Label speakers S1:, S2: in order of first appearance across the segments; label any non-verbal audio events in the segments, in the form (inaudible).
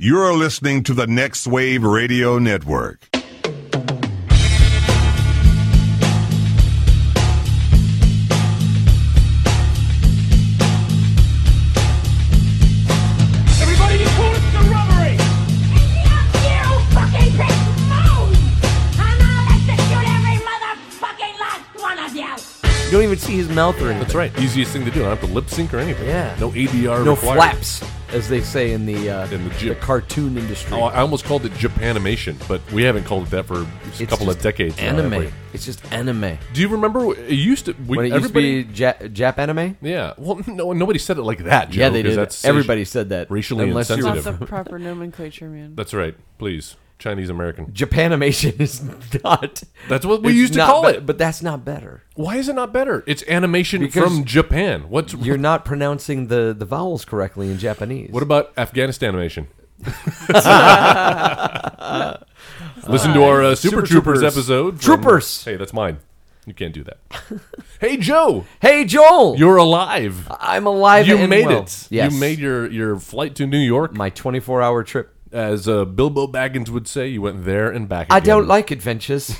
S1: You're listening to the Next Wave Radio Network.
S2: Everybody, you call it the robbery!
S3: You fucking big moan! And I'll execute every motherfucking last one of you!
S4: You don't even see his mouth or anything.
S5: That's right. Easiest thing to do. I don't have to lip sync or anything.
S4: Yeah.
S5: No ADR.
S4: No
S5: required.
S4: flaps, as they say in the uh,
S5: In the gym.
S4: cartoon industry.
S5: Oh, I almost called it Japanimation, but we haven't called it that for just a
S4: It's
S5: couple of
S4: just
S5: decades. now,
S4: Anime.
S5: haven't
S4: it's just anime.
S5: we? Do you remember? It used to. We,
S4: When it
S5: everybody,
S4: used to be ja- Jap anime.
S5: Yeah. Well, (laughs) no, nobody said it like that. Joe,
S4: yeah, they
S5: 'cause
S4: did.
S5: That's
S4: Everybody said that.
S5: racially
S4: unless you're-
S6: Not
S5: insensitive.
S6: the proper
S5: (laughs)
S6: nomenclature, man.
S5: That's right. Please, Chinese American.
S4: Japanimation is (laughs) not.
S5: That's what we
S4: it's
S5: used to
S4: not
S5: call
S4: bet-
S5: it.
S4: but that's not better.
S5: Why is it not better? It's animation
S4: Because
S5: from Japan. What's
S4: You're not pronouncing the, the vowels correctly in Japanese.
S5: What about
S4: (laughs)
S5: Afghanistan animation? Listen to our uh, Super,
S4: Super
S5: Troopers,
S4: Troopers.
S5: episode. from-
S4: Troopers!
S5: hey, that's mine. You can't do that. (laughs) hey, Joe,
S4: hey, Joel,
S5: you're alive.
S4: I'm alive.
S5: you
S4: and
S5: made
S4: well.
S5: it.
S4: Yes,
S5: You made your, your flight to New York.
S4: my 24 hour trip.
S5: As uh, Bilbo Baggins would say, you went there and back.
S4: I
S5: again.
S4: don't like
S5: (laughs)
S4: adventures.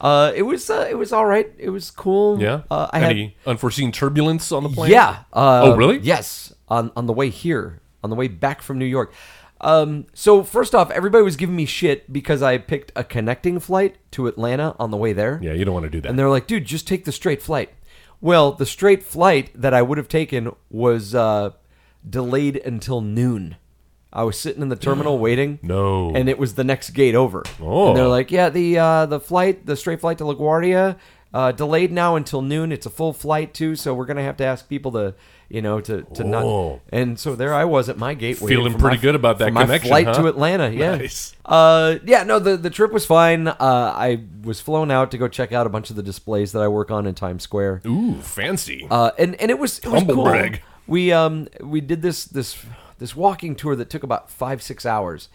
S4: uh, it was uh, it was all right. It was cool.
S5: Yeah.
S4: uh, I had
S5: Any unforeseen turbulence on the plane?
S4: Yeah. Uh,
S5: Oh, really?
S4: Yes. On on the way here, on the way back from New York. Um, so first off, everybody was giving me shit because I picked a connecting flight to Atlanta on the way there.
S5: Yeah. You don't want to do that.
S4: And they're like, dude, just take the straight flight. Well, the straight flight that I would have taken was uh, delayed until noon. I was sitting in the
S5: (gasps)
S4: terminal waiting.
S5: No.
S4: And it was the next gate over.
S5: Oh.
S4: And they're like, yeah, the uh, the flight, the straight flight to LaGuardia, uh, delayed now until noon. It's a full flight too, so we're gonna have to ask people to, you know, to to
S5: Oh.
S4: not. And so there I was at my gateway,
S5: Feeling
S4: for my-
S5: pretty good about that
S4: for my
S5: connection,
S4: flight
S5: huh?
S4: to Atlanta. Yeah.
S5: Nice.
S4: Uh, yeah, no, the, the trip was fine. Uh, I was flown out to go check out a bunch of the displays that I work on in Times Square.
S5: Ooh, fancy.
S4: Uh, and and it was it was
S5: Humble
S4: cool.
S5: brag.
S4: We um we did this this this walking tour that took about five six hours,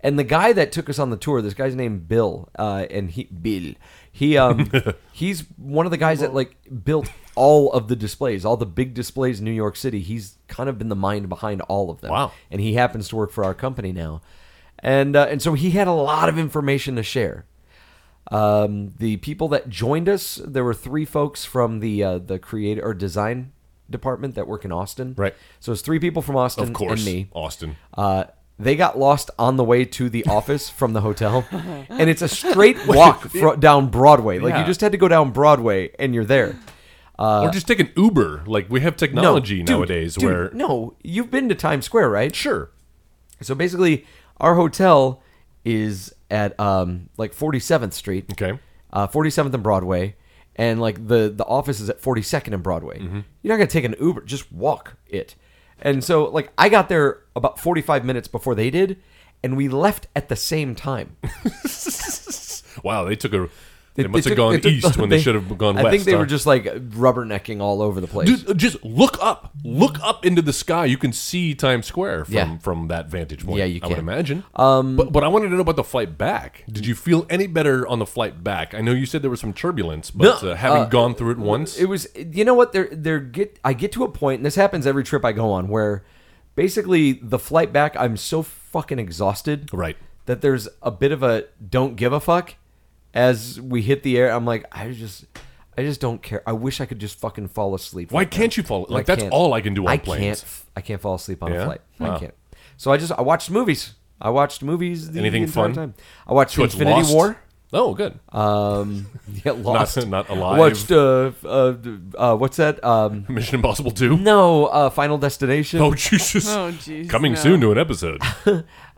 S4: and the guy that took us on the tour, this guy's named Bill, uh, and he Bill, he
S5: (laughs)
S4: um he's one of the guys that like built all of the displays, all the big displays in New York City. He's kind of been the mind behind all of them.
S5: Wow.
S4: And he happens to work for our company now, and uh, and so he had a lot of information to share. Um, the people that joined us, there were three folks from the uh, the creative or design department that work in Austin.
S5: Right.
S4: So it's three people from Austin
S5: of course.
S4: and me.
S5: Austin.
S4: Uh, they got lost on the way to
S5: (laughs)
S4: the office from the hotel, and it's a straight walk fro- down Broadway. Like
S5: Yeah.
S4: you just had to go down Broadway, and you're there.
S5: or just take an Uber. Like we have technology
S4: Uh, dude,
S5: nowadays
S4: dude,
S5: where
S4: no, you've been to Times Square, right?
S5: sure.
S4: So basically, our hotel is at um, like 47th Street.
S5: Okay.
S4: Uh, 47th and Broadway, and like the the office is at 42nd and Broadway.
S5: Mm-hmm.
S4: You're not gonna take an Uber, just walk it. And so like I got there about 45 minutes before they did, and we left at the same time.
S5: Wow, they took a. (laughs) They,
S4: It-
S5: must
S4: it took-
S5: have gone
S4: it took-
S5: east when they, should have gone west.
S4: I think they
S5: huh?
S4: were just like rubbernecking all over the place.
S5: Dude, uh, just look up, look up into the sky. You can see Times Square from,
S4: Yeah.
S5: from that vantage point.
S4: Yeah, you
S5: I would
S4: can.
S5: imagine. Um, but, but I wanted to know about the flight back. Did you feel any better on the flight back? I know you said there was some turbulence, but
S4: No,
S5: uh, having
S4: uh,
S5: gone through it once,
S4: It was you know what they're they're get I get to a point and this happens every trip I go on where basically the flight back I'm so fucking exhausted
S5: Right.
S4: that there's a bit of a don't give a fuck as we hit the air I'm like I just I just don't care I wish I could just fucking fall asleep
S5: why
S4: right now.
S5: can't you fall?
S4: I
S5: Like that's
S4: can't-
S5: all I can do on
S4: I
S5: planes.
S4: can't f- I can't fall asleep on
S5: Yeah?
S4: a flight
S5: Wow.
S4: I can't so I just I watched movies I watched movies the
S5: Anything
S4: entire
S5: fun?
S4: time. I watched
S5: So it's
S4: Infinity
S5: Lost?
S4: War
S5: Oh, good. (laughs)
S4: um, (laughs) yeah, lost.
S5: not
S4: I Watched uh, uh, uh, what's that? Um,
S5: Mission Impossible Two.
S4: no, uh, Final Destination.
S5: (laughs) Oh Jesus!
S6: Oh, jeez,
S5: Coming
S6: no.
S5: soon to an episode.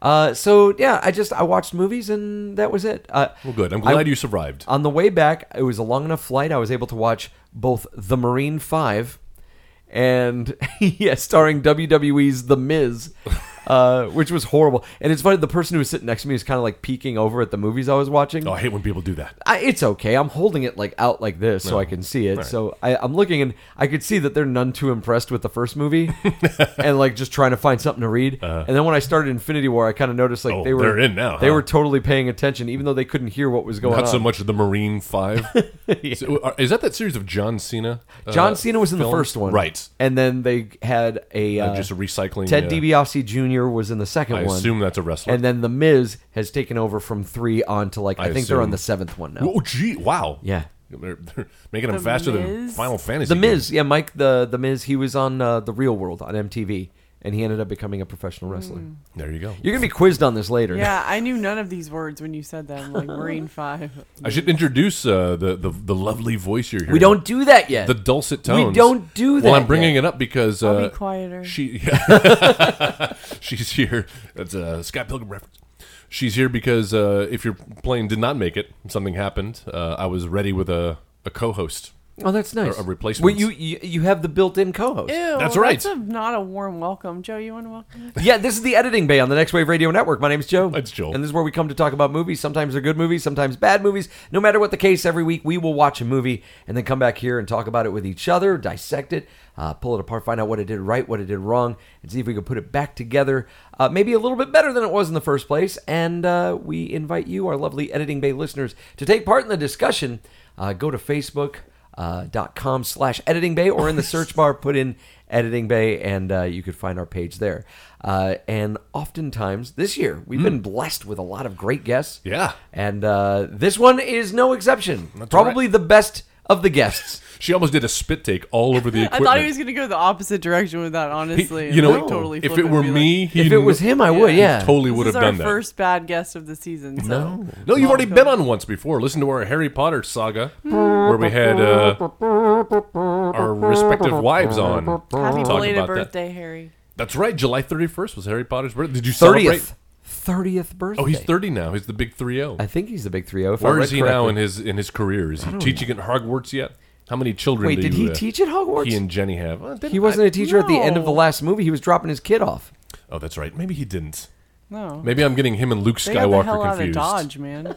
S4: Uh, so yeah, I just I watched movies and that was it. Uh,
S5: Well, good. I'm
S4: (laughs)
S5: glad
S4: I-
S5: you survived.
S4: on the way back, it was a long enough flight. I was able to watch both The Marine Five and (laughs) yeah, starring WWE's The Miz, uh, which was horrible. And it's funny, the person who was sitting next to me was kind of like peeking over at the movies I was watching.
S5: Oh, I hate when people do that.
S4: I, it's okay. I'm holding it like out like this so I can see it. So I, I'm looking and I could see that they're none too impressed with the first
S5: (laughs)
S4: movie and like just trying to find something to read. and then when I started Infinity War, I kind of noticed like
S5: Uh-huh. Oh,
S4: they were
S5: they're in now,
S4: They
S5: huh?
S4: were totally paying attention, even though they couldn't hear what was going
S5: Not
S4: on.
S5: so much the
S4: (laughs)
S5: Marine Five. So, are- is that that series of John Cena? uh,
S4: John Cena was in the
S5: films?
S4: first one,
S5: right?
S4: And then they had a
S5: Uh,
S4: uh,
S5: just a recycling.
S4: Ted
S5: uh,
S4: DiBiase Jr. Jr. was in the second
S5: I
S4: one.
S5: assume that's a wrestler.
S4: And then The Miz has taken over from three on to like, I,
S5: I
S4: think they're on
S5: assume.
S4: the seventh one now.
S5: Oh, gee, wow.
S4: Yeah.
S5: They're, they're making them
S6: The
S5: faster than
S6: Miz?
S5: Final Fantasy.
S4: The
S5: games.
S4: Miz, yeah, Mike, the the Miz, he was on uh, The Real World on MTV, and he ended up becoming a professional wrestler.
S5: There you go.
S4: You're gonna be quizzed on this later.
S6: Yeah, I knew none of these words when you said them,
S5: (laughs)
S6: like Marine Five.
S5: I should introduce uh, the, the the lovely voice you're hearing.
S4: we don't do that yet.
S5: the dulcet tones.
S4: We don't do that.
S5: Well, I'm bringing
S4: yet.
S5: it up because uh,
S6: I'll be quieter.
S5: She (laughs) she's here. That's a Scott Pilgrim reference. She's here because uh, if your plane did not make it, something happened. Uh, I was ready with a, a co-host.
S4: Oh, that's nice.
S5: Or a replacement.
S4: Well, you, you you have the built-in co-host.
S6: Ew,
S5: That's right.
S6: That's a, not a warm welcome, Joe. You want to welcome?
S4: (laughs) Yeah, this is the editing bay on the Next Wave Radio Network. My name's Joe.
S5: It's Joel.
S4: And this is where we come to talk about movies. Sometimes they're good movies, sometimes bad movies. No matter what the case, every week we will watch a movie and then come back here and talk about it with each other, dissect it, uh, pull it apart, find out what it did right, what it did wrong, and see if we can put it back together, uh, maybe a little bit better than it was in the first place. And uh, we invite you, our lovely editing bay listeners, to take part in the discussion. Uh, go to Facebook uh, dot com slash editing bay or in the search
S5: (laughs)
S4: bar put in editing bay and uh, you could find our page there uh, and oftentimes this year we've been blessed with a lot of great guests
S5: Hmm. Yeah.
S4: and uh, this one is no exception probably the best of the
S5: (laughs)
S4: guests
S5: She almost did a spit take all over the
S6: (laughs) I
S5: equipment.
S6: thought he was going to go the opposite direction with that.
S5: He- (laughs)
S6: Honestly,
S5: you know,
S6: Like, totally.
S5: if
S6: flip
S5: it were
S6: and be
S5: me, he
S4: if it was him i would yeah
S5: yeah, totally
S6: like,
S5: would
S6: this
S5: have
S6: is our
S5: done that.
S6: first bad guest of the season. So. No,
S5: No, you've already been on once before. Listen to our Harry Potter saga,
S6: Mm.
S5: where we had uh, our respective wives on.
S6: Happy
S5: Talk
S6: belated
S5: about that.
S6: birthday, Harry.
S5: That's right. July 31st was Harry Potter's birthday. Did you celebrate?
S4: 30th 30th birthday
S5: Oh, he's 30 now. He's the big 3-0.
S4: i think he's the big 3
S5: Where is he now in his in his career? Is he teaching at Hogwarts yet? How many children?
S4: wait
S5: do
S4: did
S5: you,
S4: he
S5: uh,
S4: teach at hogwarts
S5: He and Jenny have. Uh, didn't
S4: he wasn't a teacher at the end of the
S6: No.
S4: last movie he was dropping his kid off
S5: I- oh, that's right. Maybe he didn't.
S6: No,
S5: Maybe I'm getting him and Luke
S6: they got the
S5: Skywalker
S6: hell out of
S5: confused. (laughs)
S6: Dodge, man.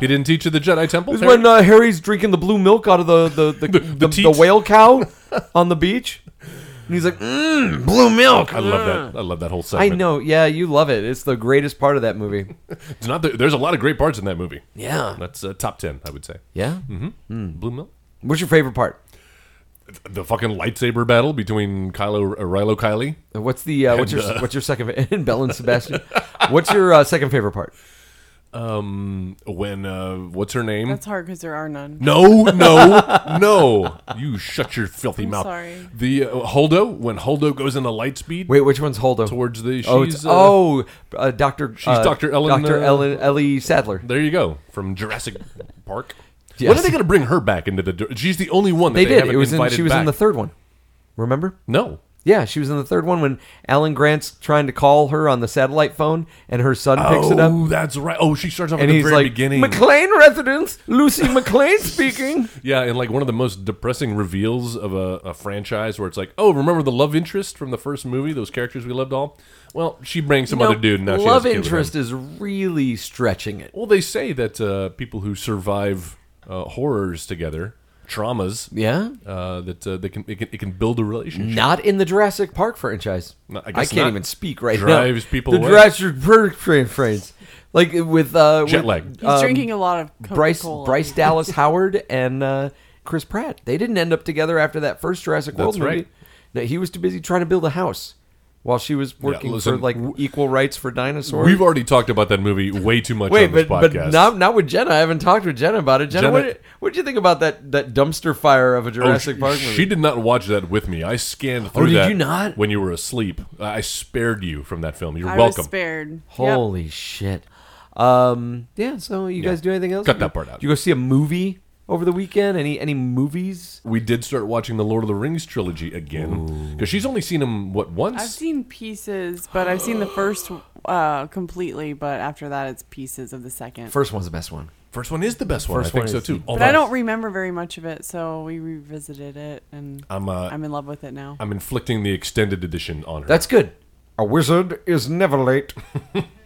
S5: He didn't teach at the Jedi Temple.
S4: This is
S5: Harry?
S4: when uh, Harry's drinking the blue milk out of the the the, the,
S5: (laughs) the
S4: the,
S5: teat.
S4: whale
S5: (laughs)
S4: cow on the beach, and he's like, mm, "Blue milk." Mm.
S5: I love that. I love that whole
S4: I
S5: segment.
S4: know. Yeah, you love it. It's the greatest part of that movie.
S5: It's not the, there's a lot of great parts in that movie.
S4: Yeah.
S5: That's uh, top ten, I would say.
S4: Yeah.
S5: Mm-hmm. Blue Milk.
S4: What's your favorite part?
S5: The fucking lightsaber battle between Kylo uh, Rilo Kylie.
S4: Uh, What's the uh, what's your what's your second fa- (laughs) and Bell and Sebastian? What's your uh, second favorite part?
S5: Um, when uh, what's her name?
S6: That's hard because there are none.
S5: No, no,
S4: (laughs)
S5: no! You shut your filthy mouth.
S6: sorry.
S5: The uh, Holdo when Holdo goes into light speed
S4: Wait, which one's Holdo?
S5: towards the
S4: oh,
S5: she's
S4: it's,
S5: uh,
S4: oh, uh, Doctor.
S5: she's Dr. Ellen,
S4: Doctor
S5: uh,
S4: Ellen Ellie Sadler.
S5: There you go from Jurassic Park.
S4: Yes.
S5: When are they going to bring her back into the? She's the only one that
S4: They,
S5: they,
S4: did.
S5: haven't
S4: It was in,
S5: invited
S4: she was in
S5: back.
S4: the third one. Remember?
S5: No,
S4: Yeah, she was in the third one when Alan Grant's trying to call her on the satellite phone, and her son picks it up,
S5: Oh, that's right. Oh, she starts off at
S4: and
S5: the
S4: he's
S5: very
S4: like,
S5: beginning.
S4: "McLean residence, Lucy
S5: (laughs)
S4: McLean speaking."
S5: yeah, and like one of the most depressing reveals of a, a franchise where it's like, oh, remember the love interest from the first movie? Those characters we loved all. Well, she brings some
S4: No,
S5: other dude. And now she has
S4: love
S5: a kid with him.
S4: interest is really stretching it.
S5: Well, they say that uh, people who survive uh, horrors together, traumas,
S4: Yeah,
S5: uh, that uh, they can it, can it can build a relationship.
S4: not in the Jurassic Park franchise.
S5: No, I
S4: I,
S5: guess
S4: can't
S5: not.
S4: even speak right now.
S5: Drives people
S4: The
S5: away.
S4: Jurassic Park franchise, like with uh,
S5: Jet
S4: with
S5: lag.
S6: He's drinking a lot of Coca-Cola.
S4: Bryce Bryce Dallas Howard and uh, Chris Pratt. They didn't end up together after that first Jurassic World
S5: That's
S4: movie.
S5: right.
S4: No, he was too busy trying to build a house while she was working
S5: listen,
S4: for like
S5: w-
S4: equal rights for dinosaurs.
S5: We've already talked about that movie way too much
S4: Wait,
S5: on this
S4: but
S5: podcast.
S4: but not not with Jenna. I haven't talked with Jenna about it. Jenna,
S5: Jenna-
S4: what what did you think about that that dumpster fire of a
S5: Oh,
S4: Jurassic
S5: she,
S4: Park movie? Oh,
S5: she did not watch that with me. I scanned through
S4: did
S5: that
S4: you not?
S5: when you were asleep. I spared you from that film. You're
S6: I
S5: welcome.
S6: was spared. Yep.
S4: Holy shit! Um, yeah. So you guys do anything else?
S5: Cut
S4: You-
S5: that part out.
S4: You go see a movie over the weekend? Any any movies?
S5: we did start watching the Lord of the Rings trilogy again because she's only seen them what once.
S6: I've seen pieces, but I've seen the first uh, completely. But after that, it's pieces of the second.
S4: First one's the best one.
S5: First one is the best one.
S4: First
S5: I think
S4: one
S5: so
S4: is
S5: too. Oh,
S4: the-
S6: but I don't remember very much of it, so we revisited it, and
S5: I'm uh,
S6: I'm in love with it now.
S5: I'm inflicting the extended edition on her.
S4: That's good.
S7: A wizard is never late,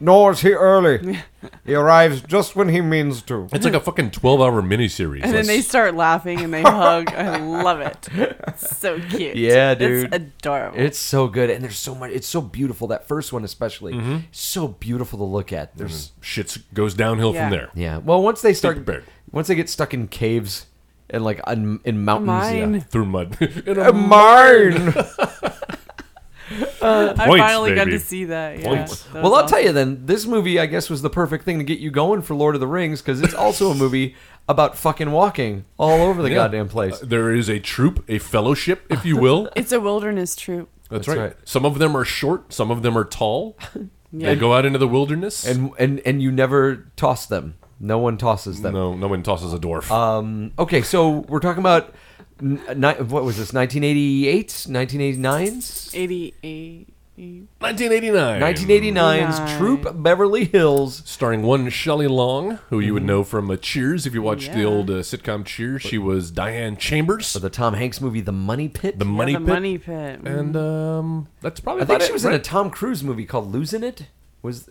S7: nor is
S4: (laughs)
S7: he early. He arrives just when he means to.
S5: it's like a fucking twelve hour miniseries.
S6: and then they
S5: That's-
S6: start laughing and
S5: (laughs)
S6: they hug. I love it. It's so cute.
S4: Yeah, dude.
S6: It's adorable.
S4: It's so good, and there's so much. It's so beautiful. That first one, especially, so beautiful to look at. There's
S5: shit goes downhill
S6: Yeah.
S5: from there.
S4: yeah. Well, once they start,
S5: prepared.
S4: once they get stuck in caves and like
S5: (laughs)
S4: un, in mountains,
S6: Mine.
S5: Through mud. In a-
S7: Mine!
S6: I
S8: Points,
S6: finally got
S8: baby.
S6: to see that. Yeah.
S5: Points.
S6: That
S4: Well,
S6: was
S4: I'll tell you then. This movie, I guess, was the perfect thing to get you going for Lord of the Rings because it's also a movie about fucking walking all over the
S5: Yeah.
S4: goddamn place.
S5: Uh, there is a troop, a fellowship, if you
S6: (laughs)
S5: will.
S6: awesome. It's a wilderness troop.
S5: That's,
S4: That's
S5: right.
S4: right.
S5: Some of them are short, some of them are
S6: (laughs)
S5: tall.
S6: Yeah.
S5: They go out into the wilderness.
S4: And and and you never toss them. No one tosses them.
S5: no, no one tosses a dwarf.
S4: Uh, Okay, so we're talking about n- ni- what was this? 1988, 1989,
S6: 88.
S5: 1989.
S4: 1989's Troop Beverly Hills.
S5: Starring one Shelley Long, who you
S4: Mm-hmm.
S5: would know from uh, Cheers if you watched the
S6: Yeah.
S5: old uh, sitcom Cheers. She was Diane Chambers,
S4: The Tom Hanks movie, The Money Pit.
S5: the Money
S6: the
S5: Pit,
S6: money pit. Mm.
S5: and um, that's probably.
S4: I think
S5: about
S4: she
S5: it,
S4: was in a
S5: right?
S4: Tom Cruise movie called Losing It. Was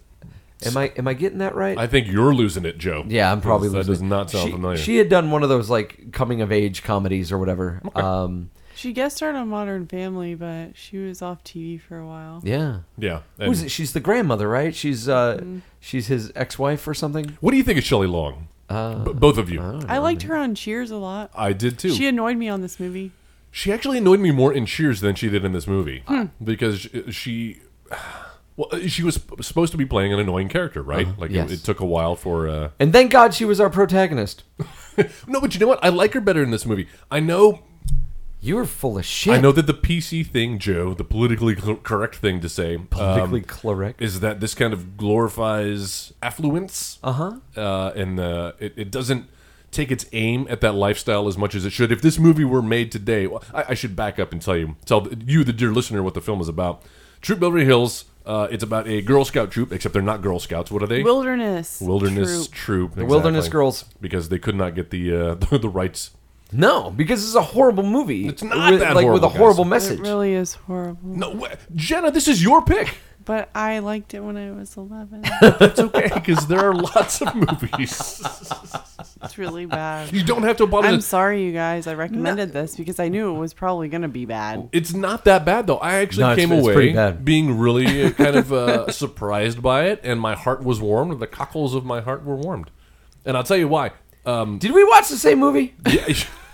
S4: am I am I getting that right?
S5: I think you're losing it, Joe.
S4: Yeah, I'm probably
S5: That
S4: losing
S5: does
S4: it.
S5: not sound
S4: she,
S5: familiar.
S4: She had done one of those like coming of age comedies or whatever. Um,
S6: she guest starred on Modern Family, but she was off TV for a while.
S4: yeah.
S5: yeah. and-
S4: Who's it? She's the grandmother, right? She's uh, she's his ex-wife or something.
S5: What do you think of Shelley Long?
S4: Uh,
S5: B- both of you.
S6: I liked her on Cheers a lot.
S5: I did too.
S6: She annoyed me on this movie.
S5: She actually annoyed me more in Cheers than she did in this movie because sh- she, well, she was sp- supposed to be playing an annoying character, right? like it-
S4: Uh-huh. yes.
S5: it, took a while for. Uh...
S4: And thank God she was our protagonist.
S5: No, but you know what? I like her better in this movie. I know,
S4: You were full of shit.
S5: I know that the PC thing, Joe, the politically cor- correct thing to say, um,
S4: Politically correct.
S5: is that this kind of glorifies affluence. Uh-huh. and uh, it, it doesn't take its aim at that lifestyle as much as it should. If this movie were made today, well, I, I should back up and tell you, tell you, the dear listener, what the film is about. Troop Beverly Hills. Uh, it's about a Girl Scout troop, except they're not Girl Scouts. What are they?
S6: Wilderness.
S5: Wilderness
S6: Troop.
S5: troop. The
S4: Wilderness Girls.
S5: because they could not get the uh, (laughs) the, rights.
S4: No, because it's a horrible movie.
S5: It's not
S4: with,
S5: that
S4: like with
S5: horrible,
S4: a horrible
S5: guys.
S4: message.
S6: It really is horrible.
S5: No, wha- Jenna, this is your pick.
S6: But I liked it when I was
S5: (laughs)
S6: 11.
S5: It's okay because there are lots of movies. (laughs)
S6: It's really bad.
S5: You don't have to apologize.
S6: I'm sorry, you guys. I recommended this because I knew it was probably going to be bad.
S5: It's not that bad though. I actually
S4: No, it's-
S5: came
S4: it's
S5: away
S4: pretty bad.
S5: being
S4: (laughs)
S5: really uh, kind of uh, surprised by it, and my heart was warmed. The cockles of my heart were warmed, and I'll tell you why.
S4: (laughs)
S5: Um,
S4: Did we watch the same movie?
S5: yeah,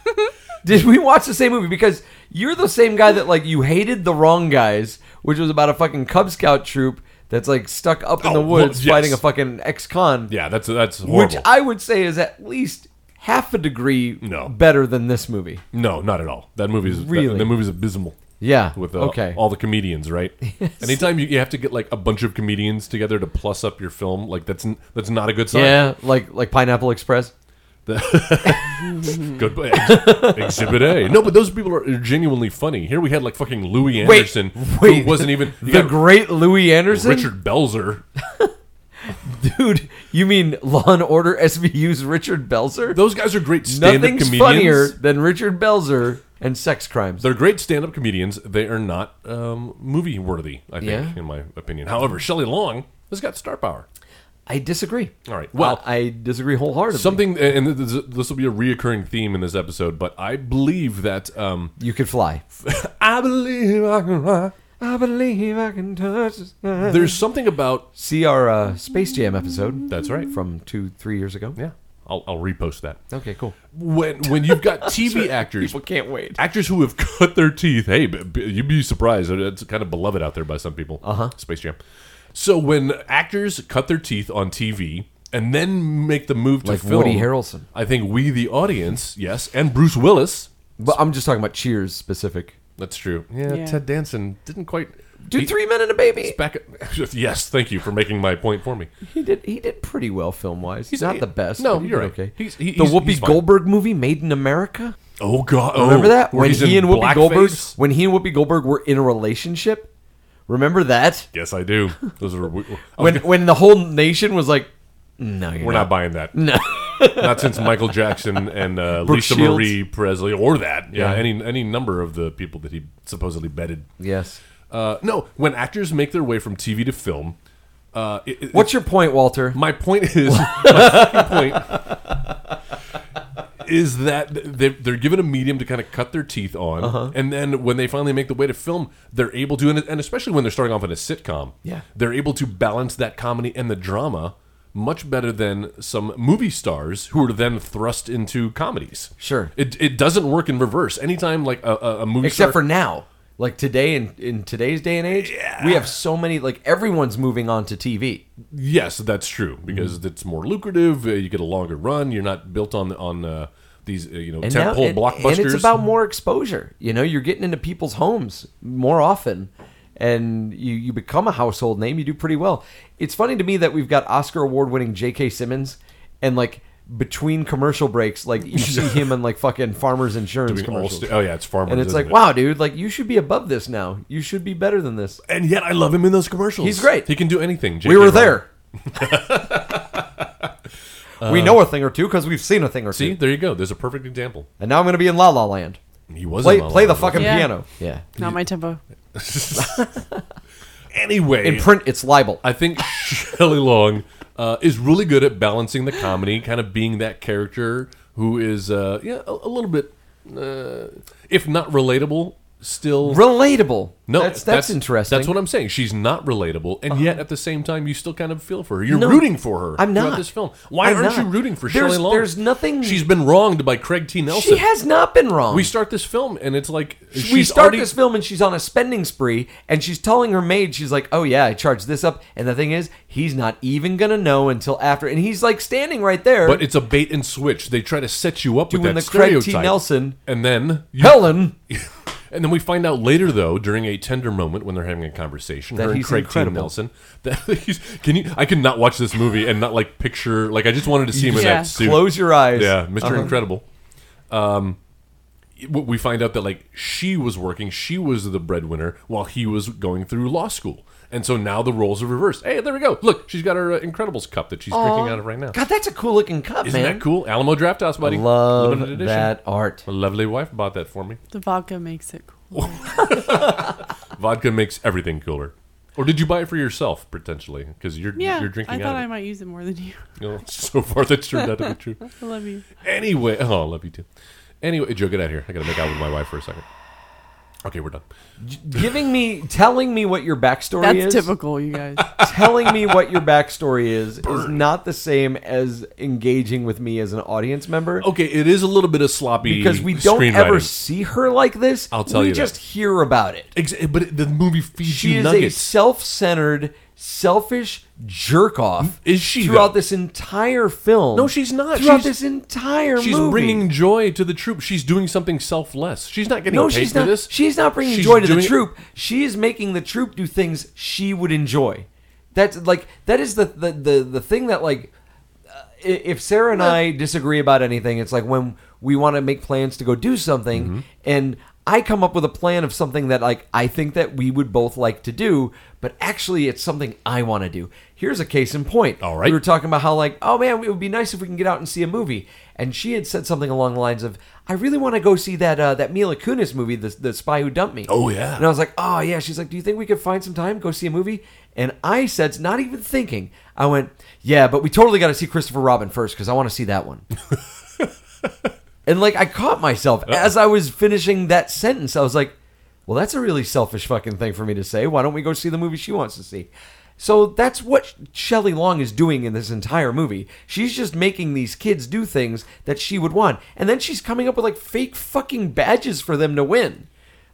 S5: (laughs)
S4: Did we watch the same movie? Because you're the same guy that like you hated the wrong guys, which was about a fucking Cub Scout troop that's like stuck up in
S5: Oh,
S4: the
S5: well,
S4: woods
S5: yes.
S4: fighting a fucking ex-con.
S5: yeah, that's that's horrible.
S4: which I would say is at least half a degree
S5: No.
S4: better than this movie.
S5: no, not at all. That movie's really that,
S4: Really?
S5: that movie's abysmal.
S4: Yeah.
S5: With uh,
S4: okay.
S5: all the
S4: (laughs)
S5: comedians, right? Anytime you, you have to get like a bunch of comedians together to plus up your film, like that's n- that's not a good sign.
S4: yeah, like like Pineapple Express.
S5: Good
S4: (laughs)
S5: ex- exhibit A. No, but those people are genuinely funny. Here we had like fucking Louis
S4: Wait,
S5: Anderson,
S4: wait.
S5: who
S4: (laughs)
S5: wasn't even you
S4: the
S5: got
S4: great Louis Anderson,
S5: Richard Belzer.
S4: (laughs) dude. You mean Law and Order SVU's Richard Belzer?
S5: Those guys are great stand-up
S4: Nothing's
S5: comedians.
S4: funnier than Richard Belzer and sex crimes.
S5: They're great stand-up comedians. They are not um, movie worthy, I think,
S4: Yeah.
S5: in my opinion. However, Shelley Long has got star power.
S4: I disagree.
S5: All right, well-
S4: I, I disagree wholeheartedly.
S5: Something, and this this will be a reoccurring theme in this episode. But I believe that um, (laughs)
S4: you could fly.
S5: I believe I can fly.
S4: I believe I can touch. the sky.
S5: There's something about
S4: See our uh, Space Jam episode.
S5: That's right.
S4: from two, three years ago.
S5: yeah. I'll, I'll repost that
S4: Okay, cool.
S5: when when
S4: (laughs)
S5: you've got TV actors
S4: People can't wait.
S5: actors who have (laughs) cut their teeth. Hey, b- b- you'd be surprised. It's kind of beloved out there by some people. Uh
S4: Uh-huh.
S5: huh. Space Jam. So when actors cut their teeth on TV and then make the move to
S4: Like
S5: film,
S4: Woody Harrelson.
S5: I think we, the audience, yes, and Bruce Willis.
S4: But I'm just talking about Cheers specific.
S5: That's true. Yeah,
S6: Yeah.
S5: Ted Danson didn't quite.
S4: Do
S5: he-
S4: three men and a baby.
S5: Back at, (laughs) yes, thank you for making my point for me.
S4: He did. He did pretty well film wise. He's
S5: He's-
S4: not
S5: he-
S4: the best.
S5: no,
S4: but he
S5: you're
S4: did
S5: right.
S4: Okay.
S5: He's- he-
S4: the
S5: he's-
S4: Whoopi
S5: he's fine.
S4: Goldberg movie, Made in America.
S5: Oh God! oh,
S4: Remember that
S5: where
S4: when
S5: he's
S4: he
S5: in
S4: and Whoopi
S5: blackface?
S4: Goldberg when he and Whoopi Goldberg were in a relationship. Remember that
S5: Yes, I do. Those are we- okay,
S4: when when the whole nation was like, no, you're
S5: we're not buying that.
S4: No.
S5: (laughs) not since Michael Jackson and uh,
S4: Brooke
S5: Lisa
S4: Shields.
S5: Marie Presley or that. Yeah,
S4: Yeah.
S5: any any number of the people that he supposedly bedded.
S4: yes.
S5: Uh, no, when actors make their way from TV to film, uh, it, it-
S4: What's your point, Walter?
S5: my point is (laughs) my fucking point is that they they're given a medium to kind of cut their teeth on,
S4: Uh-huh.
S5: and then when they finally make the way to film, they're able to, and, and especially when they're starting off in a sitcom,
S4: Yeah.
S5: they're able to balance that comedy and the drama much better than some movie stars who are then thrust into comedies.
S4: Sure.
S5: it, it doesn't work in reverse. Anytime like a, a, a movie,
S4: Except
S5: star-
S4: for now, Like today in in today's day and age, we have so many like everyone's moving on to TV.
S5: Yes, that's true because
S4: Mm-hmm.
S5: it's more lucrative. Uh, you get a longer run. You're not built on on uh, these uh, you know
S4: now-
S5: tentpole blockbusters.
S4: and it's about more exposure. You know, you're getting into people's homes more often, and you you become a household name. You do pretty well. It's funny to me that we've got Oscar award winning J.K. Simmons, and like between commercial breaks, like you
S5: (laughs)
S4: see him in like fucking Farmers Insurance
S5: Doing all
S4: commercials.
S5: sta- oh, yeah, it's Farmers,
S4: and it's
S5: isn't
S4: like
S5: it?
S4: wow, dude, like you should be above this now. You should be better than this.
S5: and yet I love him in those commercials.
S4: He's great.
S5: He can do anything.
S4: we
S5: JK
S4: were
S5: Rowling.
S4: there.
S5: (laughs)
S4: we know a thing or two because we've seen a thing or
S5: Uh, See,
S4: two.
S5: there you go. There's a perfect example.
S4: And now I'm going to be in La La Land.
S5: He was
S4: Play,
S5: in La La
S4: play the
S5: Land.
S4: fucking
S6: Yeah.
S4: piano. Yeah.
S6: Not my tempo.
S5: Anyway,
S4: In print, it's libel.
S5: I think (laughs) Shelley Long uh, is really good at balancing the comedy, kind of being that character who is uh, yeah a, a little bit, uh, if not relatable, still
S4: relatable.
S5: No,
S4: that's that's, interesting. Uh-huh.
S5: That's what I'm saying. She's not relatable, and yet at the same time, you still kind of feel for her. You're
S4: No,
S5: rooting for her.
S4: I'm
S5: throughout
S4: not.
S5: This film. Why
S4: I'm
S5: aren't
S4: not.
S5: you rooting for
S4: There's-
S5: Shelley Long?
S4: there's nothing-
S5: She's been wronged by Craig T. Nelson.
S4: she has not been wrong.
S5: We start this film, and it's like she's
S4: we start
S5: already-
S4: this film and she's on a spending spree and she's telling her maid she's like oh yeah i charged this up and the thing is he's not even gonna know until after and he's like standing right there
S5: But it's a bait and switch. They try to set you up
S4: Doing
S5: with that
S4: the Craig T.
S5: stereotype.
S4: Nelson.
S5: and then you-
S4: helen
S5: And then we find out later, though, during a tender moment when they're having a conversation,
S4: That
S5: her and
S4: he's
S5: Craig T.
S4: incredible.
S5: Nelson. That (laughs) he's, can you? I could not watch this movie and not like picture. Like I just wanted to see him in
S6: Yeah.
S5: that suit.
S4: close your eyes
S5: Yeah, mister
S4: Uh-huh.
S5: Incredible. Um, w- we find out that like she was working, she was the breadwinner while he was going through law school, and so now the roles are reversed. Hey, there we go. Look, she's got her uh, Incredibles cup that she's drinking out of right now.
S4: god that's a cool looking cup
S5: Isn't
S4: man
S5: that cool? Alamo Draft House, buddy. Limited
S4: love
S5: edition.
S4: that art
S5: My lovely wife bought that for me.
S6: The vodka makes it cool.
S5: Vodka makes everything cooler. Or did you buy it for yourself potentially? Because you're
S6: Yeah,
S5: you're drinking
S6: I
S5: out
S6: thought
S5: of
S6: I
S5: it.
S6: might use it more than you. (laughs)
S5: No, (laughs) so far, that's turned out to be true.
S6: I love you.
S5: Anyway, (laughs) oh, I love you too. Anyway, Joe, get out of here. I gotta make out with my wife for a second. Okay, we're done.
S4: giving me telling me what your backstory is
S6: That's typical,
S5: (laughs)
S6: you guys.
S4: telling me what
S6: (laughs)
S4: your backstory is is not the same as engaging with me as an audience member
S5: Okay, it is a little bit of sloppy
S4: because we don't
S5: screenwriting.
S4: ever see her like this.
S5: I'll tell
S4: we
S5: you that.
S4: just hear about it.
S5: Exa- but it- the movie feeds
S4: She
S5: you
S4: is
S5: nuggets.
S4: a self-centered, selfish jerk off.
S5: Is she,
S4: throughout
S5: though?
S4: this entire film?
S5: No, she's not.
S4: Throughout
S5: She's-
S4: this entire
S5: She's
S4: movie,
S5: bringing joy to the troop. She's doing something selfless. She's not getting
S4: no,
S5: paid
S4: she's
S5: for
S4: not.
S5: this.
S4: She's not bringing
S5: She's
S4: joy to the
S5: doing-
S4: troop. She is making the troop do things she would enjoy. That's like that is the the the, the thing that like uh, i- if Sarah and I disagree about anything, it's like when we want to make plans to go do something
S5: Mm-hmm.
S4: and I come up with a plan of something that like I think that we would both like to do, but actually it's something I want to do. Here's a case in point.
S5: All right.
S4: We were talking about how like, oh man, it would be nice if we can get out and see a movie. And she had said something along the lines of, I really want to go see that uh, that Mila Kunis movie, the, the Spy Who Dumped Me.
S5: Oh, yeah.
S4: And I was like, oh yeah. She's like, do you think we could find some time go see a movie? And I said, not even thinking. I went, yeah, but we totally got to see Christopher Robin first because I want to see that
S5: (laughs)
S4: one. and like, I caught myself as I was finishing that sentence. I was like, well, that's a really selfish fucking thing for me to say. Why don't we go see the movie she wants to see? So that's what Shelley Long is doing in this entire movie. She's just making these kids do things that she would want, and then she's coming up with like fake fucking badges for them to win.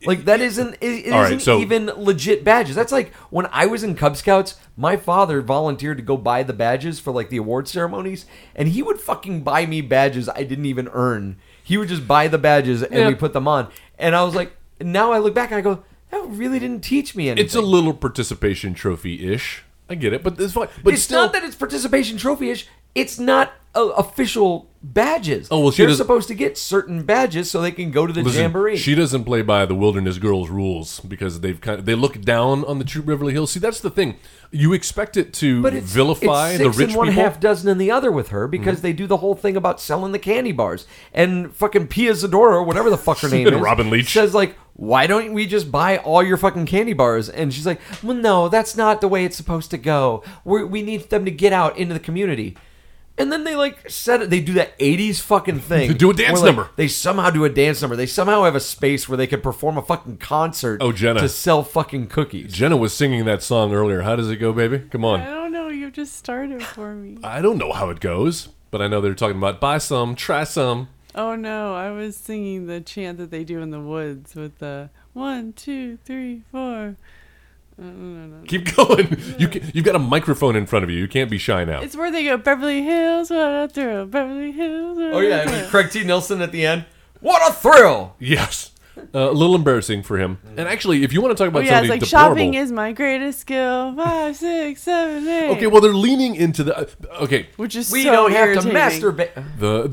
S4: Like that isn't it, it
S5: All
S4: not
S5: right, so-
S4: even legit badges. That's like when I was in Cub Scouts, my father volunteered to go buy the badges for like the award ceremonies, and he would fucking buy me badges I didn't even earn. He would just buy the badges and
S5: Yeah.
S4: we put them on, and I was like, now I look back and I go, that really didn't teach me anything.
S5: It's a little participation trophy ish. I get it, but it's fine. But
S4: it's
S5: still,
S4: not that it's participation trophy ish. It's not uh, official badges.
S5: Oh, well, she
S4: they're
S5: does-
S4: supposed to get certain badges so they can go to the
S5: Listen,
S4: jamboree.
S5: She doesn't play by the Wilderness Girls rules because they've kind of, they look down on the true Beverly Hills. See, that's the thing. You expect it to
S4: but it's
S5: vilify
S4: it's
S5: the
S4: six
S5: rich
S4: and one
S5: people. Mm-hmm.
S4: half dozen in the other with her because they do the whole thing about selling the candy bars and fucking Pia Zadora or whatever the fuck
S5: (laughs)
S4: her name
S5: And
S4: is.
S5: Robin Leach.
S4: says like, why don't we just buy all your fucking candy bars? And she's like, well, no, that's not the way it's supposed to go. We're, we need them to get out into the community. And then they like set it. They do that '80s
S5: (laughs)
S4: fucking thing.
S5: They do a
S4: where,
S5: dance
S4: like,
S5: number.
S4: They somehow do a dance number. They somehow have a space where they could perform a fucking concert.
S5: Oh, Jenna.
S4: to sell fucking cookies.
S5: Jenna was singing that song earlier. How does it go, baby? Come
S6: I
S5: on.
S6: don't know. You just started for me.
S5: I don't know how it goes, but I know they're talking about buy some, try some.
S6: Oh no, I was singing the chant that they do in the woods with the One, two, three, four. No, no, no, no.
S5: Keep (laughs) going. You can, you've got a microphone in front of you. You can't be shy now.
S6: It's where they go Beverly Hills, what a thrill. Beverly Hills. What
S4: Oh yeah,
S6: a
S4: I mean,
S6: thrill."
S4: Craig T. Nelson at the end. What a thrill!
S5: yes. Uh, a little embarrassing for him. And actually, if you want to talk
S6: Oh,
S5: about
S6: yeah, it's
S5: something
S6: like
S5: deplorable,
S6: shopping is my greatest skill. Five, six, seven, eight.
S5: okay. Well, they're leaning into the. uh, okay,
S6: which is
S4: We
S6: so
S4: don't have
S6: irritating.
S4: to masturbate.
S5: the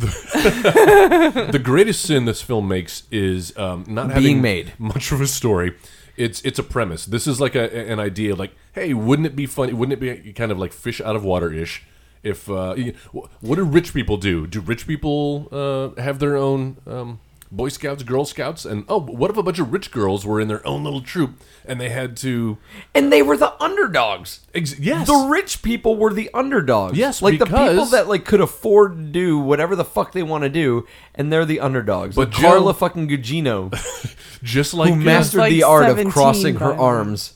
S5: the, the (laughs) greatest sin this film makes is um, not having
S4: Being made.
S5: much of a story. It's it's a premise. This is like a, an idea. Like, hey, wouldn't it be funny? Wouldn't it be kind of like fish out of water ish? If uh, you- wh- what do rich people do? Do rich people uh, have their own um, Boy Scouts, Girl Scouts, and oh, what if a bunch of rich girls were in their own little troop and they had to?
S4: And they were the underdogs.
S5: Ex- yes,
S4: The rich people were the underdogs.
S5: Yes,
S4: like the people
S5: because-
S4: that like could afford to do whatever the fuck they want to do, and they're the underdogs.
S5: But
S4: But Carla
S5: Joe-
S4: fucking
S5: (laughs)
S4: Gugino,
S5: just like
S4: who
S5: uh,
S4: mastered
S6: like
S4: the art of
S6: 17
S4: crossing her
S6: by now.
S4: arms.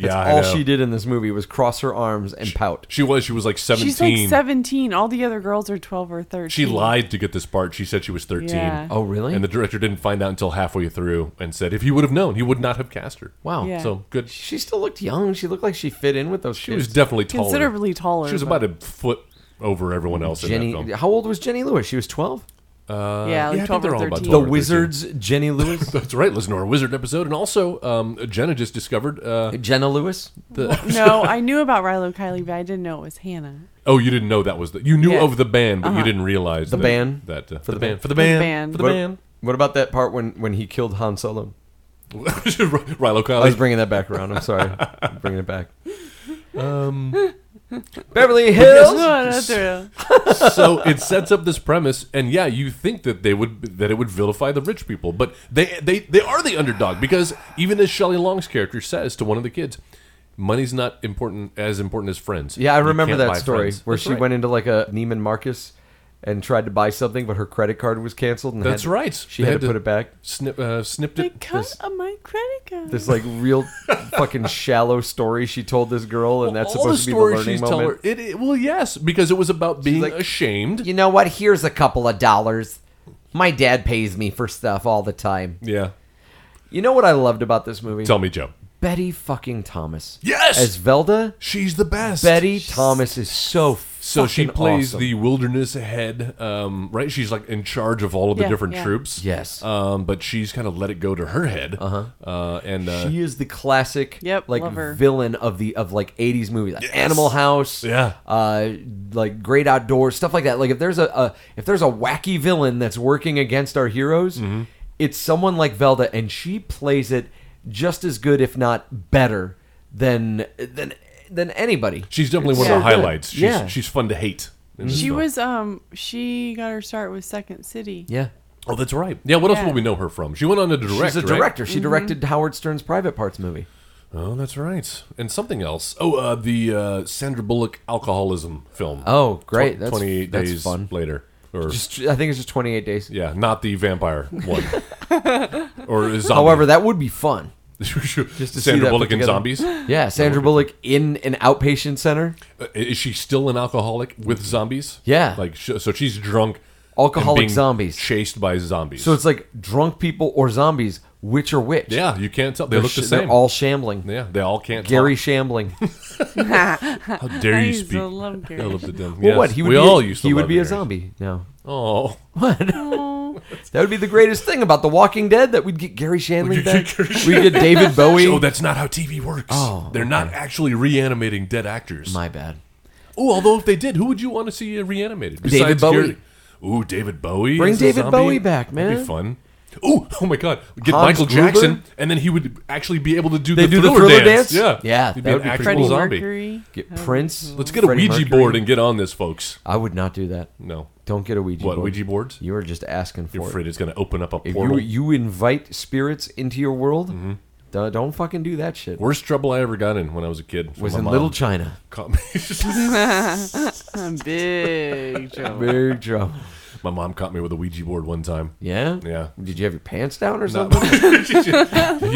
S5: yeah, I
S4: All
S5: know.
S4: she did in this movie was cross her arms and pout.
S5: She was she was like seventeen.
S6: She's like 17. All the other girls are 12 or 13.
S5: She lied to get this part. She said she was 13.
S6: Yeah.
S4: Oh, really?
S5: And the director didn't find out until halfway through and said if he would have known, he would not have cast her.
S4: wow.
S6: Yeah.
S5: So good. She
S4: She still looked young. She looked like she fit in with those. She
S5: was definitely taller.
S6: Considerably taller.
S5: She was
S6: but-
S5: about a foot over everyone else in that
S4: Jenny.
S5: film.
S4: How old was Jenny Lewis? She was twelve.
S6: yeah,
S5: yeah, I
S6: like
S5: think
S6: 12
S5: they're
S6: or
S5: all about
S6: 13.
S4: The
S5: Or 13.
S4: Wizards. Jenny
S5: (laughs)
S4: Lewis.
S5: That's right. Listen to our Wizard episode. And also, um, Jenna just discovered. Uh,
S4: Jenna Lewis.
S5: the,
S6: (laughs) no, I knew about Rilo Kiley, but I didn't know it was Hannah.
S5: oh, you didn't know that was the. You knew
S6: Yeah. Uh-huh.
S5: of the band, but you didn't realize
S4: The
S5: that,
S4: ban.
S5: That, uh,
S4: For the ban.
S5: For the band.
S6: ban.
S5: For the
S4: What-
S5: band.
S4: What about that part when when he killed Han Solo?
S5: (laughs) Rilo
S4: I was
S5: Kiley.
S4: bringing that back around. I'm
S5: (laughs)
S4: sorry, I'm bringing it back.
S5: Um,
S4: (laughs) Beverly Hills.
S6: What
S5: (laughs)
S6: a thrill.
S5: so it sets up this premise, and yeah, you think that they would that it would vilify the rich people, but they they they are the underdog because even as Shelley Long's character says to one of the kids, money's not important as important as friends.
S4: Yeah, I
S5: You
S4: remember
S5: can't
S4: that
S5: buy
S4: story
S5: friends.
S4: where
S5: That's
S4: she
S5: right.
S4: went into like a Neiman Marcus and tried to buy something, but her credit card was canceled. And
S5: That's
S4: had-
S5: right.
S4: She
S5: They
S4: had,
S5: had
S4: to,
S5: to-
S4: put it back.
S5: Snip, uh, snipped
S6: They
S5: it.
S6: cut on my credit card.
S4: This like
S5: (laughs)
S4: real fucking shallow story she told this girl, and that's
S5: All the
S4: supposed to be the
S5: stories
S4: learning
S5: she's telling
S4: moment.
S5: her. It, it- well, yes, because it was about being
S4: like,
S5: ashamed.
S4: You know what? Here's a couple of dollars. My dad pays me for stuff all the time.
S5: yeah.
S4: You know what I loved about this movie?
S5: Tell me, Joe.
S4: Betty fucking Thomas.
S5: Yes!
S4: As Velda,
S5: She's the best.
S4: Betty Thomas is so
S5: So she
S4: fucking
S5: plays
S4: awesome.
S5: the wilderness head, um, right? She's like in charge of all of the
S6: Yeah,
S5: different
S6: yeah.
S5: troops.
S4: Yes.
S5: Um, but she's kind of let it go to her head. Uh-huh. Uh And uh,
S4: she is the classic
S6: Yep,
S4: like
S6: love her.
S4: villain of the of like 80s movies like animal house
S5: Yeah.
S4: uh like great outdoors stuff like that like if there's a, a if there's a wacky villain that's working against our heroes
S5: Mm-hmm.
S4: it's someone like velda and she plays it just as good if not better than than than anybody
S5: she's definitely one
S4: so
S5: of the
S4: good.
S5: highlights. She's,
S4: Yeah.
S5: she's fun to hate. in this
S6: She
S5: film.
S6: was um she got her start with Second City.
S4: yeah
S5: Oh, that's right. Yeah. What else
S6: Yeah.
S5: will we know her from? She went on to direct.
S4: she's a
S5: right?
S4: director
S6: Mm-hmm.
S4: she directed howard stern's private parts movie
S5: Oh, that's right. And something else. Oh, uh, the uh, Sandra Bullock alcoholism film.
S4: Oh, great.
S5: Tw-
S4: That's-
S5: 28
S4: that's
S5: days
S4: fun.
S5: later. Or,
S4: just i think it's just 28 days
S5: yeah, not the vampire
S4: (laughs)
S5: one. or is
S4: however that would be fun
S5: just
S4: to see that
S5: (laughs) Sandra
S4: put
S5: Bullock and
S4: together.
S5: zombies.
S4: yeah sandra bullock in an outpatient center
S5: Uh, Is she still an alcoholic with zombies?
S4: Yeah.
S5: Like sh- so she's drunk.
S4: Alcoholic
S5: and being
S4: zombies.
S5: chased by zombies.
S4: So it's like drunk people or zombies, which are which.
S5: yeah, you can't tell. They
S4: They're
S5: look the
S4: sh-
S5: same.
S4: They're all shambling.
S5: yeah, they all can't.
S4: Gary
S5: talk. (laughs)
S4: shambling.
S5: how dare
S6: I
S5: you
S6: used to
S5: speak?
S6: love Gary.
S5: I love the dumb.
S4: Well, what he would
S5: we
S4: be,
S5: all used to
S4: he would
S5: love
S4: be a
S5: Gary.
S4: zombie.
S5: (laughs)
S4: No, (laughs)
S5: Oh,
S4: that would be the greatest thing about The Walking Dead that we'd get Gary Shandling
S5: get
S4: back.
S5: Gary
S4: We'd get David Bowie.
S5: Joe, that's not how TV works.
S4: Oh,
S5: They're not actually reanimating dead actors.
S4: My bad.
S5: oh, although if they did, who would you want to see uh, reanimated?
S4: David Bowie.
S5: Gary- Ooh, David Bowie.
S4: Bring
S5: as a
S4: David
S5: zombie?
S4: Bowie back,
S5: That'd
S4: man.
S5: be fun. Ooh, oh my God! Get
S4: Hans
S5: Michael
S4: Gruber?
S5: Jackson, and then he would actually be able to do,
S4: They
S5: the,
S4: do the
S5: thriller
S4: Thriller
S5: dance.
S4: dance?
S5: Yeah,
S4: Yeah,
S5: He'd
S4: that
S5: be
S4: would
S5: an
S4: be
S5: actual
S4: pretty
S6: Freddie
S5: zombie.
S6: Mercury.
S4: Get Prince.
S5: Let's get a
S4: Freddie
S5: Ouija
S4: Mercury.
S5: board and get on this, folks.
S4: I would not do that.
S5: No,
S4: Don't get a Ouija
S5: what
S4: board.
S5: Ouija boards?
S4: You are just asking for
S5: You're
S4: it.
S5: afraid it's going to open up a
S4: If you,
S5: portal.
S4: you invite spirits into your world,
S5: Mm-hmm.
S4: duh, don't fucking do that shit.
S5: Worst trouble I ever got in when I was a kid from
S4: was
S5: my
S4: in
S5: mom.
S4: Little China.
S5: (laughs) Caught me-
S6: Big
S5: (laughs)
S6: joke.
S4: Big trouble.
S5: my mom caught me with a Ouija board one time.
S4: Yeah?
S5: Yeah.
S4: Did you have your pants down or
S5: No. (laughs)
S4: something? (laughs)
S5: you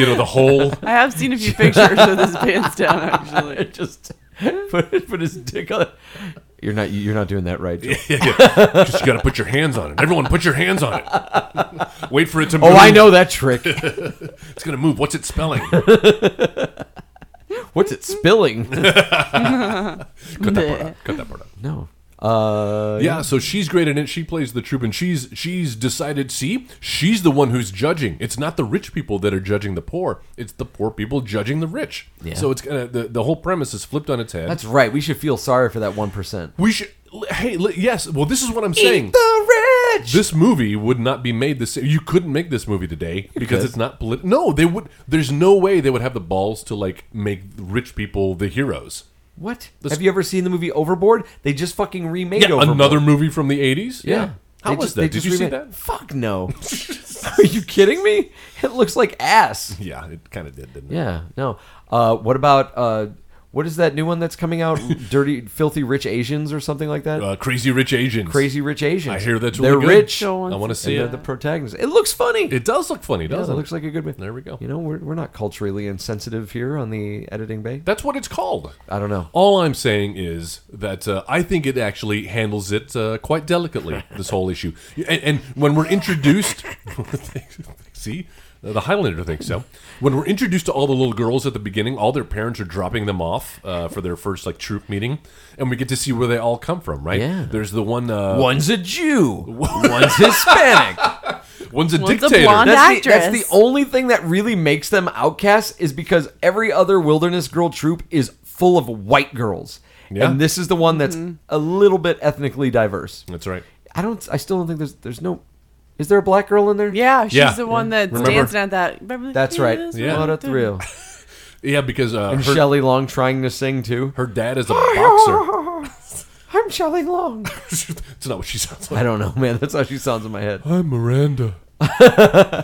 S5: know the whole
S6: I have seen
S4: (laughs)
S6: a few pictures of his pants down actually.
S4: just put, put his dick on. You're not you're not doing that right.
S5: (laughs)
S4: Joel.
S5: Just you got to put your hands on it. Everyone, put your hands on it. Wait for it to move.
S4: Oh, I know that
S5: (laughs)
S4: trick.
S5: It's gonna move. What's it spelling?
S4: (laughs) What's it spilling? (laughs)
S5: Cut that part out. Cut that part out.
S4: no. Uh,
S5: Yeah, so she's great in it. She plays the troupe, and she's she's decided. See, she's the one who's judging. It's not the rich people that are judging the poor. It's the poor people judging the rich.
S4: Yeah.
S5: So it's gonna the, the whole premise is flipped on its head.
S4: that's right. We should feel sorry for that one percent.
S5: we should. Hey, li- yes. Well, this is what I'm saying.
S4: The rich.
S5: this movie would not be made this you couldn't make this movie today because
S4: could.
S5: it's not polit- no they would there's no way they would have the balls to like make rich people the heroes
S4: What?
S5: This-
S4: Have you ever seen the movie Overboard? They just fucking remade
S5: yeah,
S4: Overboard.
S5: another movie from the 80s
S4: Yeah.
S5: how
S4: They
S5: was
S4: just- they
S5: that did
S4: just
S5: you see
S4: remade-
S5: that
S4: Fuck (laughs) no. Are you kidding me? It looks like ass.
S5: yeah it kind of did didn't it
S4: Yeah, no. Uh, what about uh, what is that new one that's coming (laughs) out? Dirty, filthy, rich Asians or something like that.
S5: uh, crazy rich asians
S4: Crazy rich Asians.
S5: i hear that's
S4: they're
S5: really good.
S4: rich.
S5: i
S6: Don't want
S5: want to
S6: to
S5: see
S4: They're
S5: it
S4: the protagonists. It looks funny.
S5: it does look funny
S4: Yeah, it
S5: doesn't it
S4: looks like a good movie.
S5: There we go.
S4: You know, we're, we're not culturally insensitive here on the editing bay.
S5: that's what it's called
S4: I don't know.
S5: All I'm saying is that uh, I think it actually handles it uh, quite delicately, this whole issue. And, and when we're introduced, (laughs) see, the Highlander thinks so. When we're introduced to all the little girls at the beginning, all their parents are dropping them off uh, for their first like troop meeting, and we get to see where they all come from. Right?
S4: Yeah.
S5: There's the one. Uh,
S4: One's a (laughs) Jew. One's Hispanic.
S5: One's a
S6: One's a
S5: dictator.
S6: blonde-
S5: That-
S4: That's the, that's the
S6: actress.
S4: only thing that really makes them outcasts is because every other wilderness girl troop is full of white girls.
S5: Yeah.
S4: And this is the one that's a little bit ethnically diverse.
S5: That's right.
S4: I don't I still don't think there's there's no Is there a black girl in there?
S6: Yeah, she's
S5: Yeah.
S6: the one that's
S5: Remember-
S6: dancing at that. Beverly
S4: That's right.
S6: Hills,
S5: Yeah.
S4: What a
S5: (laughs)
S4: thrill.
S5: Yeah, because uh,
S4: And
S5: her,
S4: Shelley Long trying to sing too.
S5: her dad is a boxer.
S4: I'm Shelley Long.
S5: it's not what she sounds
S4: (laughs)
S5: like.
S4: I don't know, man. That's how she sounds in my head.
S5: I'm Miranda.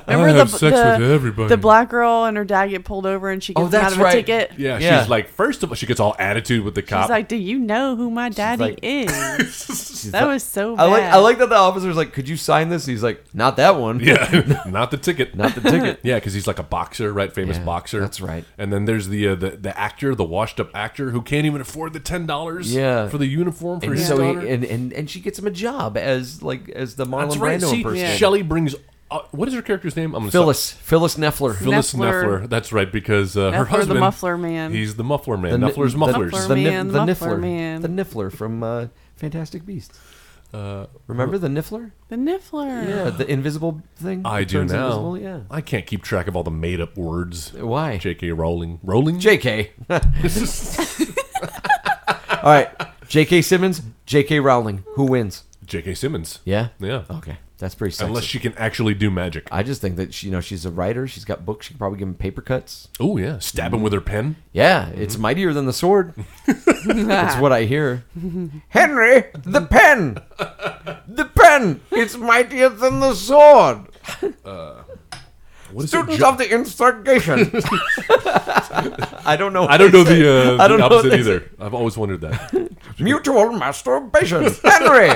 S6: Remember
S5: have sex with everybody.
S6: The black girl and her dad get pulled over and she gets
S4: Oh, that's
S6: out of a
S4: right.
S6: ticket.
S5: Yeah,
S4: Yeah.
S5: she's like, first of all, she gets all attitude with the cop.
S6: She's like, "Do you know who my daddy
S4: like- (laughs)
S6: is?" that was so. Bad.
S4: I like I like that the officer's like, "Could you sign this?" And he's like, "Not that one." (laughs)
S5: Yeah, (laughs) not the ticket.
S4: Not the ticket.
S5: (laughs) yeah, because he's like a boxer, right? Famous
S4: Yeah,
S5: boxer.
S4: that's right.
S5: And then there's the uh, the the actor, the washed up actor who can't even afford the ten dollars.
S4: Yeah.
S5: for the uniform for
S4: And
S5: his
S4: so
S5: daughter.
S4: he, and, and and she gets him a job as like as the Marlon
S5: that's right.
S4: Brando
S5: See,
S4: impersonator.
S5: Shelley brings. Uh, what is her character's name? I'm gonna stop-
S4: Phyllis Phyllis Neffler.
S5: Phyllis Neffler.
S6: Neffler.
S5: That's right, because uh, her
S6: Neffler, the
S5: husband,
S6: muffler man.
S5: He's the muffler
S4: The
S5: man.
S4: ni-
S5: Muffler's
S4: the-
S5: mufflers.
S4: The,
S6: Muffler
S4: nif-
S6: man,
S4: the
S6: muffler
S4: Niffler.
S6: man.
S4: The Niffler from uh, Fantastic Beasts. Remember the Niffler?
S6: the Niffler.
S4: Yeah, the invisible thing.
S5: I
S4: that
S5: do
S4: turns
S5: now.
S4: invisible,
S5: (laughs)
S4: Yeah.
S5: I can't keep track of all the made up words.
S4: Why?
S5: J.K. Rowling. Rowling.
S4: J.K. (laughs) All
S5: (laughs)
S4: right. J.K. Simmons, J.K. Rowling. Who wins?
S5: J.K. Simmons.
S4: Yeah.
S5: Yeah.
S4: Okay, that's pretty. Sexy.
S5: Unless she can actually do magic.
S4: I just think that she, you know she's a writer. She's got books. She could probably give him paper cuts.
S5: Oh yeah, stab him with her pen.
S4: Yeah, it's
S5: Mm-hmm.
S4: mightier than the
S5: (laughs)
S4: sword. That's what I hear. Henry, the pen, the pen. It's mightier than the sword.
S5: What is
S4: Students
S5: her jo-
S4: of the
S5: (laughs)
S4: instigation. I don't know.
S5: I don't know the, uh,
S4: I don't
S5: the
S4: know
S5: opposite
S4: this.
S5: either. I've always wondered that.
S4: (laughs) Mutual masturbation. Henry.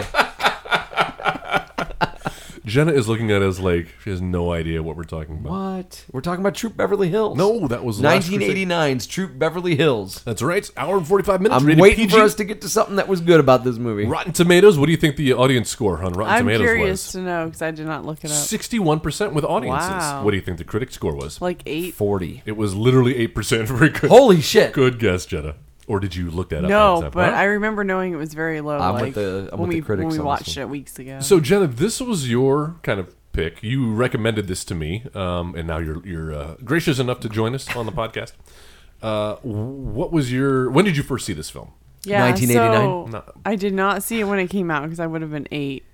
S5: Jenna is looking at us like she has no idea (laughs) what we're talking about.
S4: what? We're talking about Troop Beverly Hills.
S5: No, that was last crusade.
S4: 1989's Troop Beverly Hills.
S5: That's right. Hour and forty-five minutes.
S4: I'm
S5: rated
S4: waiting
S5: PG.
S4: for us to get to something that was good about this movie.
S5: Rotten Tomatoes. What do you think the audience score on Rotten
S6: I'm
S5: Tomatoes
S6: curious
S5: was?
S6: to know because I did not look it up.
S5: Sixty-one percent with audiences.
S6: Wow.
S5: What do you think the critic score was?
S6: Like eight.
S4: Forty.
S5: it was literally eight percent. (laughs) Very good.
S4: Holy shit.
S5: Good guess, Jenna. Or did you look that up? on
S6: No,
S5: Zap?
S6: but
S5: Huh?
S6: I remember knowing it was very low.
S4: I'm with
S6: like,
S4: the- I'm
S6: when
S4: with the
S6: we,
S4: critics
S6: when we
S4: on this
S6: watched
S4: one.
S6: it weeks ago.
S5: So Jenna, this was your kind of pick. You recommended this to me, um, and now you're you're uh, gracious enough to join us on the podcast. Uh, what was your? When did you first see this film?
S6: yeah,
S4: 1989?
S6: So
S5: No.
S6: I did not see it when it came out because I would have been eight.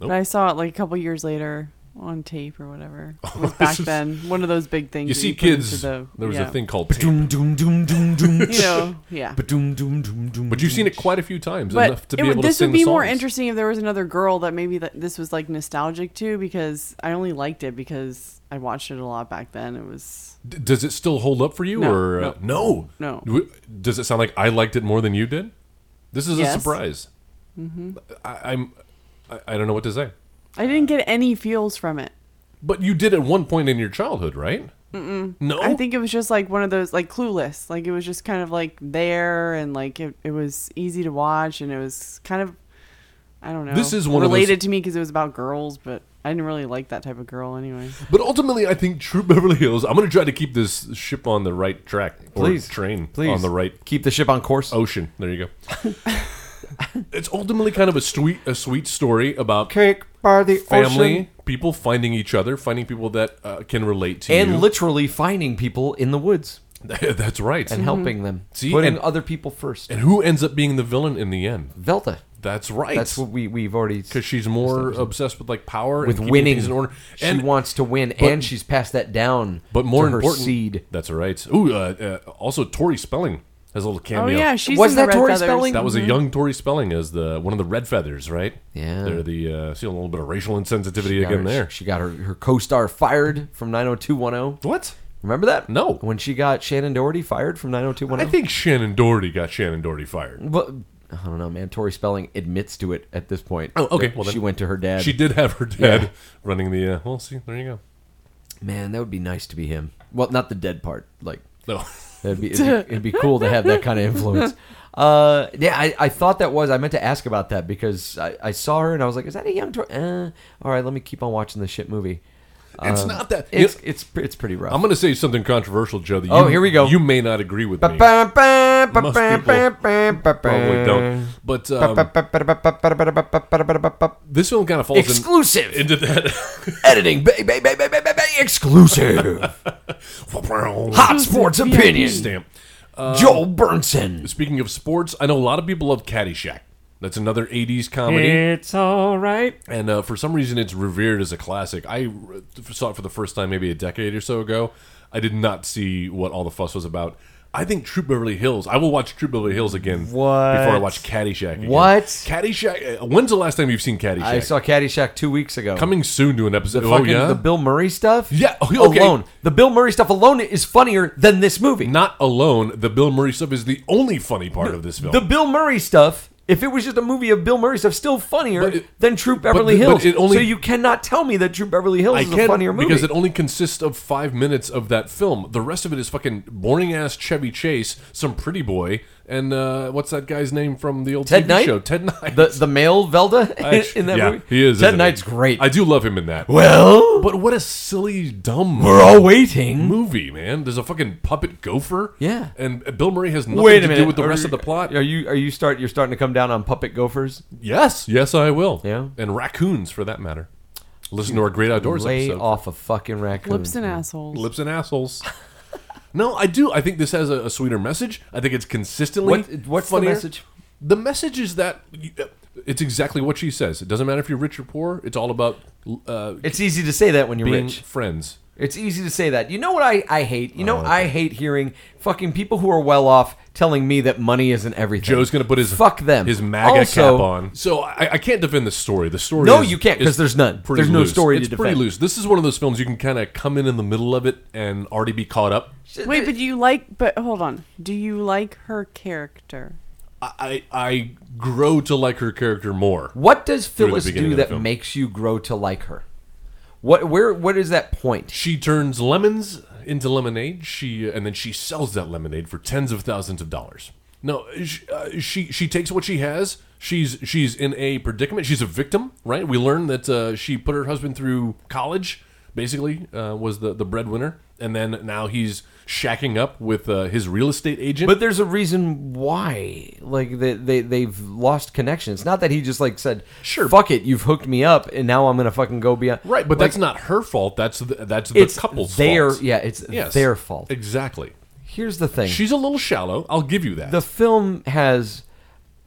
S5: Nope.
S6: But I saw it like a couple years later on tape
S5: (laughs)
S6: or whatever. It was back then, one of those big things.
S5: Oh. You
S6: that
S5: see,
S6: put into
S5: kids.
S6: the-
S5: there was
S6: yeah.
S5: a thing called tape,
S4: Doom, doom, doom, doom, doom.
S5: (laughs)
S6: You know, yeah.
S4: Doom, doom, doom, doom.
S5: but you've seen it quite a few times enough to
S6: it
S5: be
S6: would-
S5: able to
S6: this
S5: sing
S6: would be
S5: the songs.
S6: more interesting if there was another girl that maybe that this was like nostalgic to because I only liked it because I watched it a lot back then. It was
S5: D- Does it still hold up for you,
S6: No,
S5: or uh, no.
S6: No.
S5: W- Does it sound like I liked it more than you did? This is
S6: Yes. Mm-hmm.
S5: a surprise. I, I'm. I, I don't know what to say.
S6: I didn't get any feels from it.
S5: But you did at one point in your childhood, right? No,
S6: I think it was just like one of those like clueless. Like it was just kind of like there and like it, it was easy to watch and it was kind of I don't know.
S5: This is one of those-
S6: related to me because it was about girls, but I didn't really like that type of girl anyway.
S5: But ultimately, I think True Beverly Hills. I'm going to try to keep this ship on the right track, or
S4: Please.
S5: train
S4: Please.
S5: on the right Oh,
S4: Keep the ship on course.
S5: ocean. There you go. it's ultimately kind of a sweet, a sweet story about
S7: Cake by the
S5: family,
S7: ocean.
S5: people finding each other, finding people that uh, can relate to
S4: and
S5: you.
S4: literally finding people in the woods
S5: (laughs) That's right.
S4: and
S5: And,
S4: helping them.
S5: See,
S4: putting
S5: and-
S4: other people first.
S5: who ends up being the villain in the end?
S4: Velta.
S5: That's right.
S4: That's what we we've already
S5: because she's more obsessed with like power
S4: with
S5: and keeping
S4: winning.
S5: things in order.
S4: she
S5: and
S4: wants to win, and she's passed that down.
S5: but more
S4: to her
S5: important,
S4: seed.
S5: That's right. Ooh, uh, uh, also Tori Spelling has a little cameo.
S6: Oh yeah, she's
S4: Was
S6: in the
S4: that
S6: Red
S4: Tori
S6: Feathers.
S4: Spelling?
S5: That was a young Tori Spelling as the one of the Red Feathers, right?
S4: Mm-hmm. Yeah.
S5: they're the uh, see a little bit of racial insensitivity
S4: Got her-
S5: again there.
S4: She got her, her co-star fired from 90210.
S5: what?
S4: Remember that?
S5: No.
S4: When she got Shannon Doherty fired from
S5: I
S4: 90210.
S5: think Shannon Doherty got Shannon Doherty fired.
S4: But I don't know, man. Tori Spelling admits to it at this point.
S5: Oh, okay.
S4: that
S5: Well, then-
S4: she went to her dad.
S5: She did have her dad running the. Uh, well, see, there you go.
S4: man, that would be nice to be him. Well, not the dead part. Like
S5: No, (laughs)
S4: That'd be, it'd, be, it'd be cool to have that kind of influence. Uh, yeah, I, I thought that was. I meant to ask about that because I, I saw her and I was like, is that a young Tori? Uh, all right, let me keep on watching this shit movie.
S5: it's not that.
S4: Um, It's
S5: you know,
S4: it's it's pretty rough.
S5: I'm going to say something controversial, Joe. That you,
S4: Oh, here we go.
S5: You may not agree with me.
S7: Ba- ba- ba-
S5: Most
S7: ba-
S5: people
S7: ba- ba-
S5: Probably don't. But um,
S7: ba-
S5: this film kind of falls in-
S4: exclusive
S5: into that. (laughs)
S4: editing, ba- ba- ba- ba- ba- ba- ba-
S5: (laughs)
S4: exclusive hot sports opinion.
S5: stamp.
S4: Joel Burnson.
S5: Speaking of sports, I know a lot of people love Caddyshack. That's another '80s comedy.
S8: It's all right.
S5: and uh, for some reason it's revered as a classic. I re- saw it for the first time maybe a decade or so ago. I did not see what all the fuss was about. I think True Beverly Hills. I will watch True Beverly Hills again before I watch Caddyshack. Again.
S4: What?
S5: Caddyshack? uh, When's the last time you've seen Caddyshack?
S4: I saw Caddyshack two weeks ago.
S5: coming soon to an episode.
S4: the
S5: oh
S4: fucking
S5: yeah,
S4: the Bill Murray stuff.
S5: Yeah, (laughs) okay.
S4: Alone, the Bill Murray stuff alone is funnier than this movie.
S5: not alone. The Bill Murray stuff is the only funny part of this film.
S4: The Bill Murray stuff, if it was just a movie of Bill Murray stuff, still funnier
S5: But it-
S4: than True
S5: but
S4: Beverly
S5: the- but
S4: Hills.
S5: it only-
S4: so you cannot tell me that True Beverly Hills
S5: I
S4: is a
S5: can't
S4: funnier movie.
S5: because it only consists of five minutes of that film. The rest of it is fucking boring ass Chevy Chase, some pretty boy, and uh, what's that guy's name from the old
S4: Ted
S5: TV
S4: Knight?
S5: show? Ted Knight.
S4: the the male Velda
S5: (laughs) I actu-
S4: in that
S5: yeah,
S4: movie.
S5: he is.
S4: Ted
S5: isn't he?
S4: Knight's great.
S5: I do love him in that.
S4: well,
S5: But what a silly, dumb
S4: we're all waiting.
S5: movie, man. There's a fucking puppet gopher.
S4: Yeah.
S5: and Bill Murray has nothing
S4: Wait a
S5: to
S4: minute.
S5: do with the
S4: Are
S5: rest
S4: you-
S5: of the plot.
S4: Are you are you start you're starting to come down on puppet gophers?
S5: Yes, yes, I will.
S4: Yeah.
S5: and raccoons for that matter. Listen to our great outdoors
S4: Lay
S5: episode.
S4: off a fucking raccoon.
S6: Lips and assholes.
S5: lips and assholes. (laughs) no, I do. I think this has a, a sweeter message. I think it's consistently.
S4: What- what's the
S5: funnier.
S4: message?
S5: The message is that you- it's exactly what she says. It doesn't matter if you're rich or poor. It's all about uh,
S4: It's easy to say that when you're
S5: being
S4: rich.
S5: friends.
S4: It's easy to say that. You know what I, I hate? You
S5: Oh,
S4: know, I hate hearing fucking people who are well off telling me that money isn't everything.
S5: Joe's going to put his
S4: Fuck them.
S5: his MAGA
S4: Also-
S5: cap on. So I, I can't defend the story. The story.
S4: No,
S5: is-
S4: you can't,
S5: is
S4: 'cause there's none.
S5: pretty
S4: There's no
S5: loose.
S4: story to
S5: It's pretty
S4: defend.
S5: loose. This is one of those films you can kind of come in in the middle of it and already be caught up.
S6: Wait, but you like but hold on. Do you like her character?
S5: I I I grow to like her character more.
S4: What does
S5: the
S4: Phyllis
S5: beginning
S4: do
S5: of the
S4: that
S5: film.
S4: makes you grow to like her? What where what is that point?
S5: She turns lemons into lemonade. She uh, and then she sells that lemonade for tens of thousands of dollars. No, she uh, she, she takes what she has. She's she's in a predicament. She's a victim, right? We learn that uh, she put her husband through college. Basically, uh, was the the breadwinner, and then now he's shacking up with uh, his real estate agent.
S4: But there's a reason why. Like they, they they've lost connection. It's not that he just like said,
S5: Sure.
S4: fuck it, you've hooked me up, and now I'm gonna fucking go beyond."
S5: right, but
S4: Like,
S5: that's not her fault. That's the, that's the
S4: it's
S5: couple's
S4: their
S5: fault.
S4: yeah, it's
S5: Yes.
S4: their fault.
S5: Exactly.
S4: Here's the thing:
S5: She's a little shallow. I'll give you that.
S4: the film has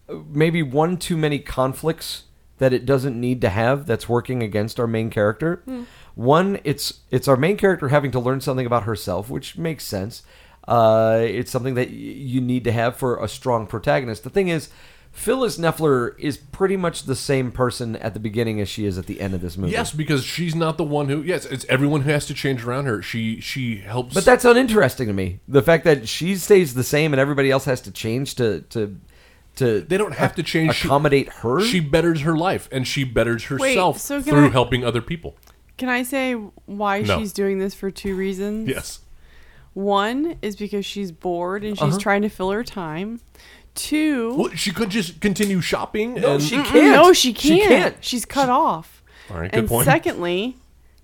S4: uh, maybe one too many conflicts that it doesn't need to have that's working against our main character.
S5: Hmm.
S4: One, it's it's our main character having to learn something about herself, which makes sense. Uh, it's something that y- you need to have for a strong protagonist. The thing is, Phyllis Neffler is pretty much the same person at the beginning as she is at the end of this movie.
S5: Yes, because she's not the one who. Yes, it's everyone who has to change around her. She she helps.
S4: But that's uninteresting to me. The fact that she stays the same and everybody else has to change to to to
S5: they don't have to change. She-
S4: accommodate her.
S5: She betters her life and she betters herself
S6: so can
S5: through
S6: I-
S5: helping other people.
S6: Can I say why
S5: No.
S6: she's doing this for two reasons?
S5: Yes.
S6: One is because she's bored and
S5: Uh-huh.
S6: she's trying to fill her time. Two,
S5: Well, she could just continue shopping. and
S4: she
S6: Mm,
S4: can't.
S6: No, she can't.
S4: She can't.
S6: She's cut off.
S5: All right, good
S6: and
S5: point.
S6: secondly,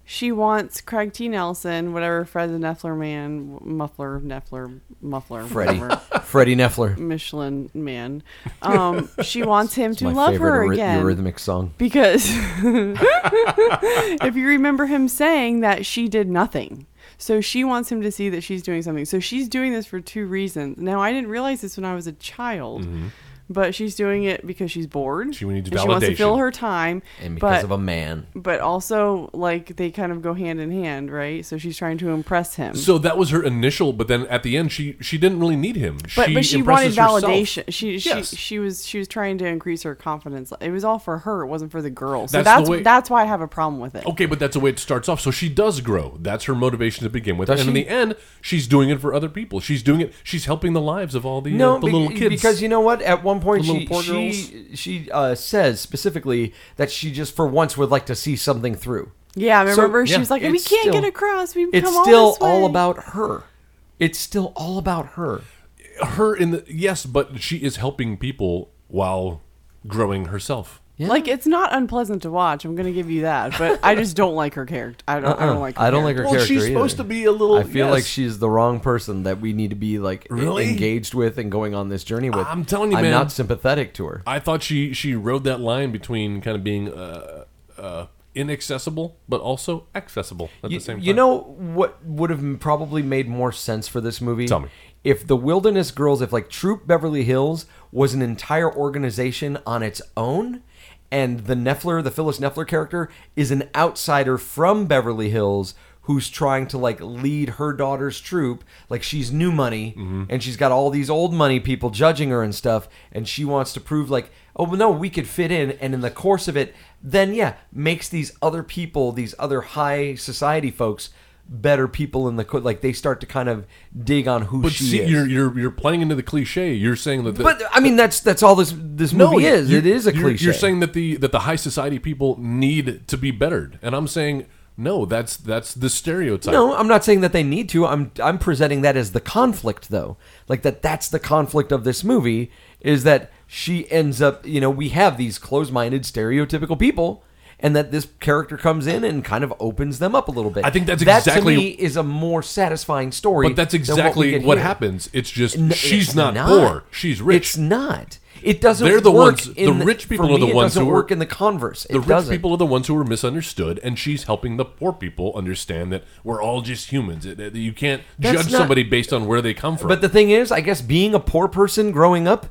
S6: she wants Craig T. Nelson, whatever Fred the Neffler man, muffler, Neffler, muffler,
S4: Freddie.
S6: whatever,
S4: Freddie Neffler.
S6: Michelin man. Um, she wants him to
S4: My
S6: love
S4: favorite
S6: her
S4: eury-
S6: again
S4: Eurythmics song.
S5: (laughs)
S6: because if you remember him saying that she did nothing. So she wants him to see that she's doing something. So she's doing this for two reasons. Now I didn't realize this when I was a child, but she's doing it because she's bored.
S5: Mm-hmm. She needs
S6: and She wants to fill
S5: validation.
S6: her time.
S4: And because
S6: but,
S4: of a man.
S6: but also like they kind of go hand in hand, right? So she's trying to impress him.
S5: so that was her initial, but then at the end, she she didn't really need him.
S6: but but she wanted
S5: impresses herself.
S6: validation. She she,
S5: Yes.
S6: she was she was trying to increase her confidence. It was all for her. It wasn't for the girl. So
S5: That's the
S6: that's that's,
S5: way-
S6: why I have a problem with it.
S5: Okay, but that's the way it starts off. So she does grow. That's her motivation to begin with.
S4: Does
S5: and in
S4: she?
S5: the end, she's doing it for other people. She's doing it. She's helping the lives of all the, uh, the
S4: be-
S5: little kids.
S4: because you know what? At one point,
S5: The
S4: she
S5: little poor
S4: she, she uh, says specifically that she just for once would like to see something through.
S6: Yeah, I
S4: So-
S6: remember she
S4: yeah,
S6: was like, "We
S4: it's
S6: can't
S4: still-
S6: get across. We
S4: It's
S6: come all,
S4: still
S6: this
S4: all
S6: way."
S4: about her. It's still all about her.
S5: her in the yes, but she is helping people while growing herself.
S6: Like it's not unpleasant to watch. I'm gonna give you that, but I just don't like her character. I don't. I don't like. Her
S4: Uh-uh. I don't like her
S5: Well,
S4: character.
S5: she's supposed
S4: either.
S5: to be a little.
S4: I feel
S5: yes.
S4: like she's the wrong person that we need to be like en-
S5: Really?
S4: engaged with and going on this journey with.
S5: I'm telling you,
S4: I'm
S5: man.
S4: not sympathetic to her.
S5: I thought she she rode that line between kind of being uh, uh, inaccessible but also accessible at
S4: You,
S5: the same time.
S4: you know what would have m- probably made more sense for this movie?
S5: Tell me.
S4: If the Wilderness Girls, if like Troop Beverly Hills was an entire organization on its own, and the Neffler, the Phyllis Neffler character, is an outsider from Beverly Hills who's trying to like lead her daughter's troop like she's new money
S5: Mm-hmm.
S4: and she's got all these old money people judging her and stuff and she wants to prove like oh well, no we could fit in and in the course of it then yeah makes these other people these other high society folks better people in the co- like they start to kind of dig on who
S5: but
S4: she
S5: see,
S4: is.
S5: you're you're you're playing into the cliche. You're saying that. The,
S4: but I mean, that's that's all this this movie is.
S5: you-
S4: it is a
S5: you're-
S4: cliche.
S5: You're saying that the that the high society people need to be bettered, and I'm saying no. That's that's the stereotype.
S4: no. I'm not saying that they need to. I'm I'm presenting that as the conflict, though. Like that. That's the conflict of this movie is that she ends up. You know, we have these close-minded, stereotypical people. And that this character comes in and kind of opens them up a little bit.
S5: I think that's
S4: that to
S5: exactly-
S4: me is a more satisfying story.
S5: but that's
S4: than we
S5: exactly
S4: get
S5: what,
S4: here.
S5: happens. It's just
S4: N-
S5: she's
S4: it's
S5: not, poor. She's rich.
S4: It's not. It doesn't.
S5: They're the
S4: work
S5: ones-
S4: in
S5: the rich
S4: for
S5: people are
S4: me,
S5: the
S4: it
S5: ones
S4: doesn't
S5: who are-
S4: work in the converse. It
S5: the rich
S4: doesn't.
S5: people are the ones who are misunderstood, and she's helping the poor people understand that we're all just humans. That- that You can't
S4: That's
S5: judge
S4: not-
S5: somebody based on where they come from.
S4: But the thing is, I guess being a poor person growing up,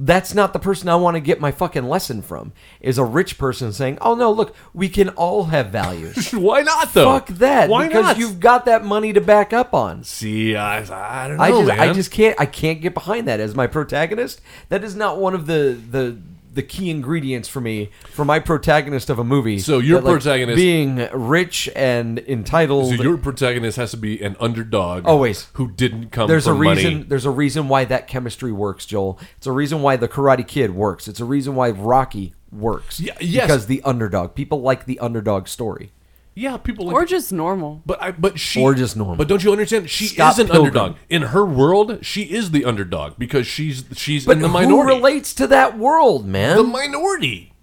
S4: that's not the person I want to get my fucking lesson from. Is a rich person saying, "Oh no, look, we can all have
S5: (laughs)
S4: values."
S5: Why not though?
S4: Fuck that,
S5: Why
S4: because
S5: not?
S4: you've got that money to back up on.
S5: see. I, I don't know,
S4: I just, I
S5: man.
S4: just can't, I can't get behind that as my protagonist. That is not one of the the the key ingredients for me for my protagonist of a movie.
S5: So your
S4: That, like,
S5: protagonist-
S4: being rich and entitled.
S5: So your protagonist has to be an underdog.
S4: Always.
S5: Who didn't come
S4: there's a
S5: from
S4: reason.
S5: money.
S4: There's a reason why that chemistry works, Joel. It's a reason why the Karate Kid works. It's a reason why Rocky works.
S5: Yeah, yes.
S4: because the underdog. People like the underdog story.
S5: Yeah, people like
S6: or just normal.
S5: But I, but she
S4: Or just normal.
S5: But don't you understand? She
S4: Scott
S5: is an
S4: Pilgrim.
S5: underdog in her world. She is the underdog because she's she's
S4: But
S5: in the
S4: who
S5: minority.
S4: relates to that world, man?
S5: the
S4: The,
S5: minority.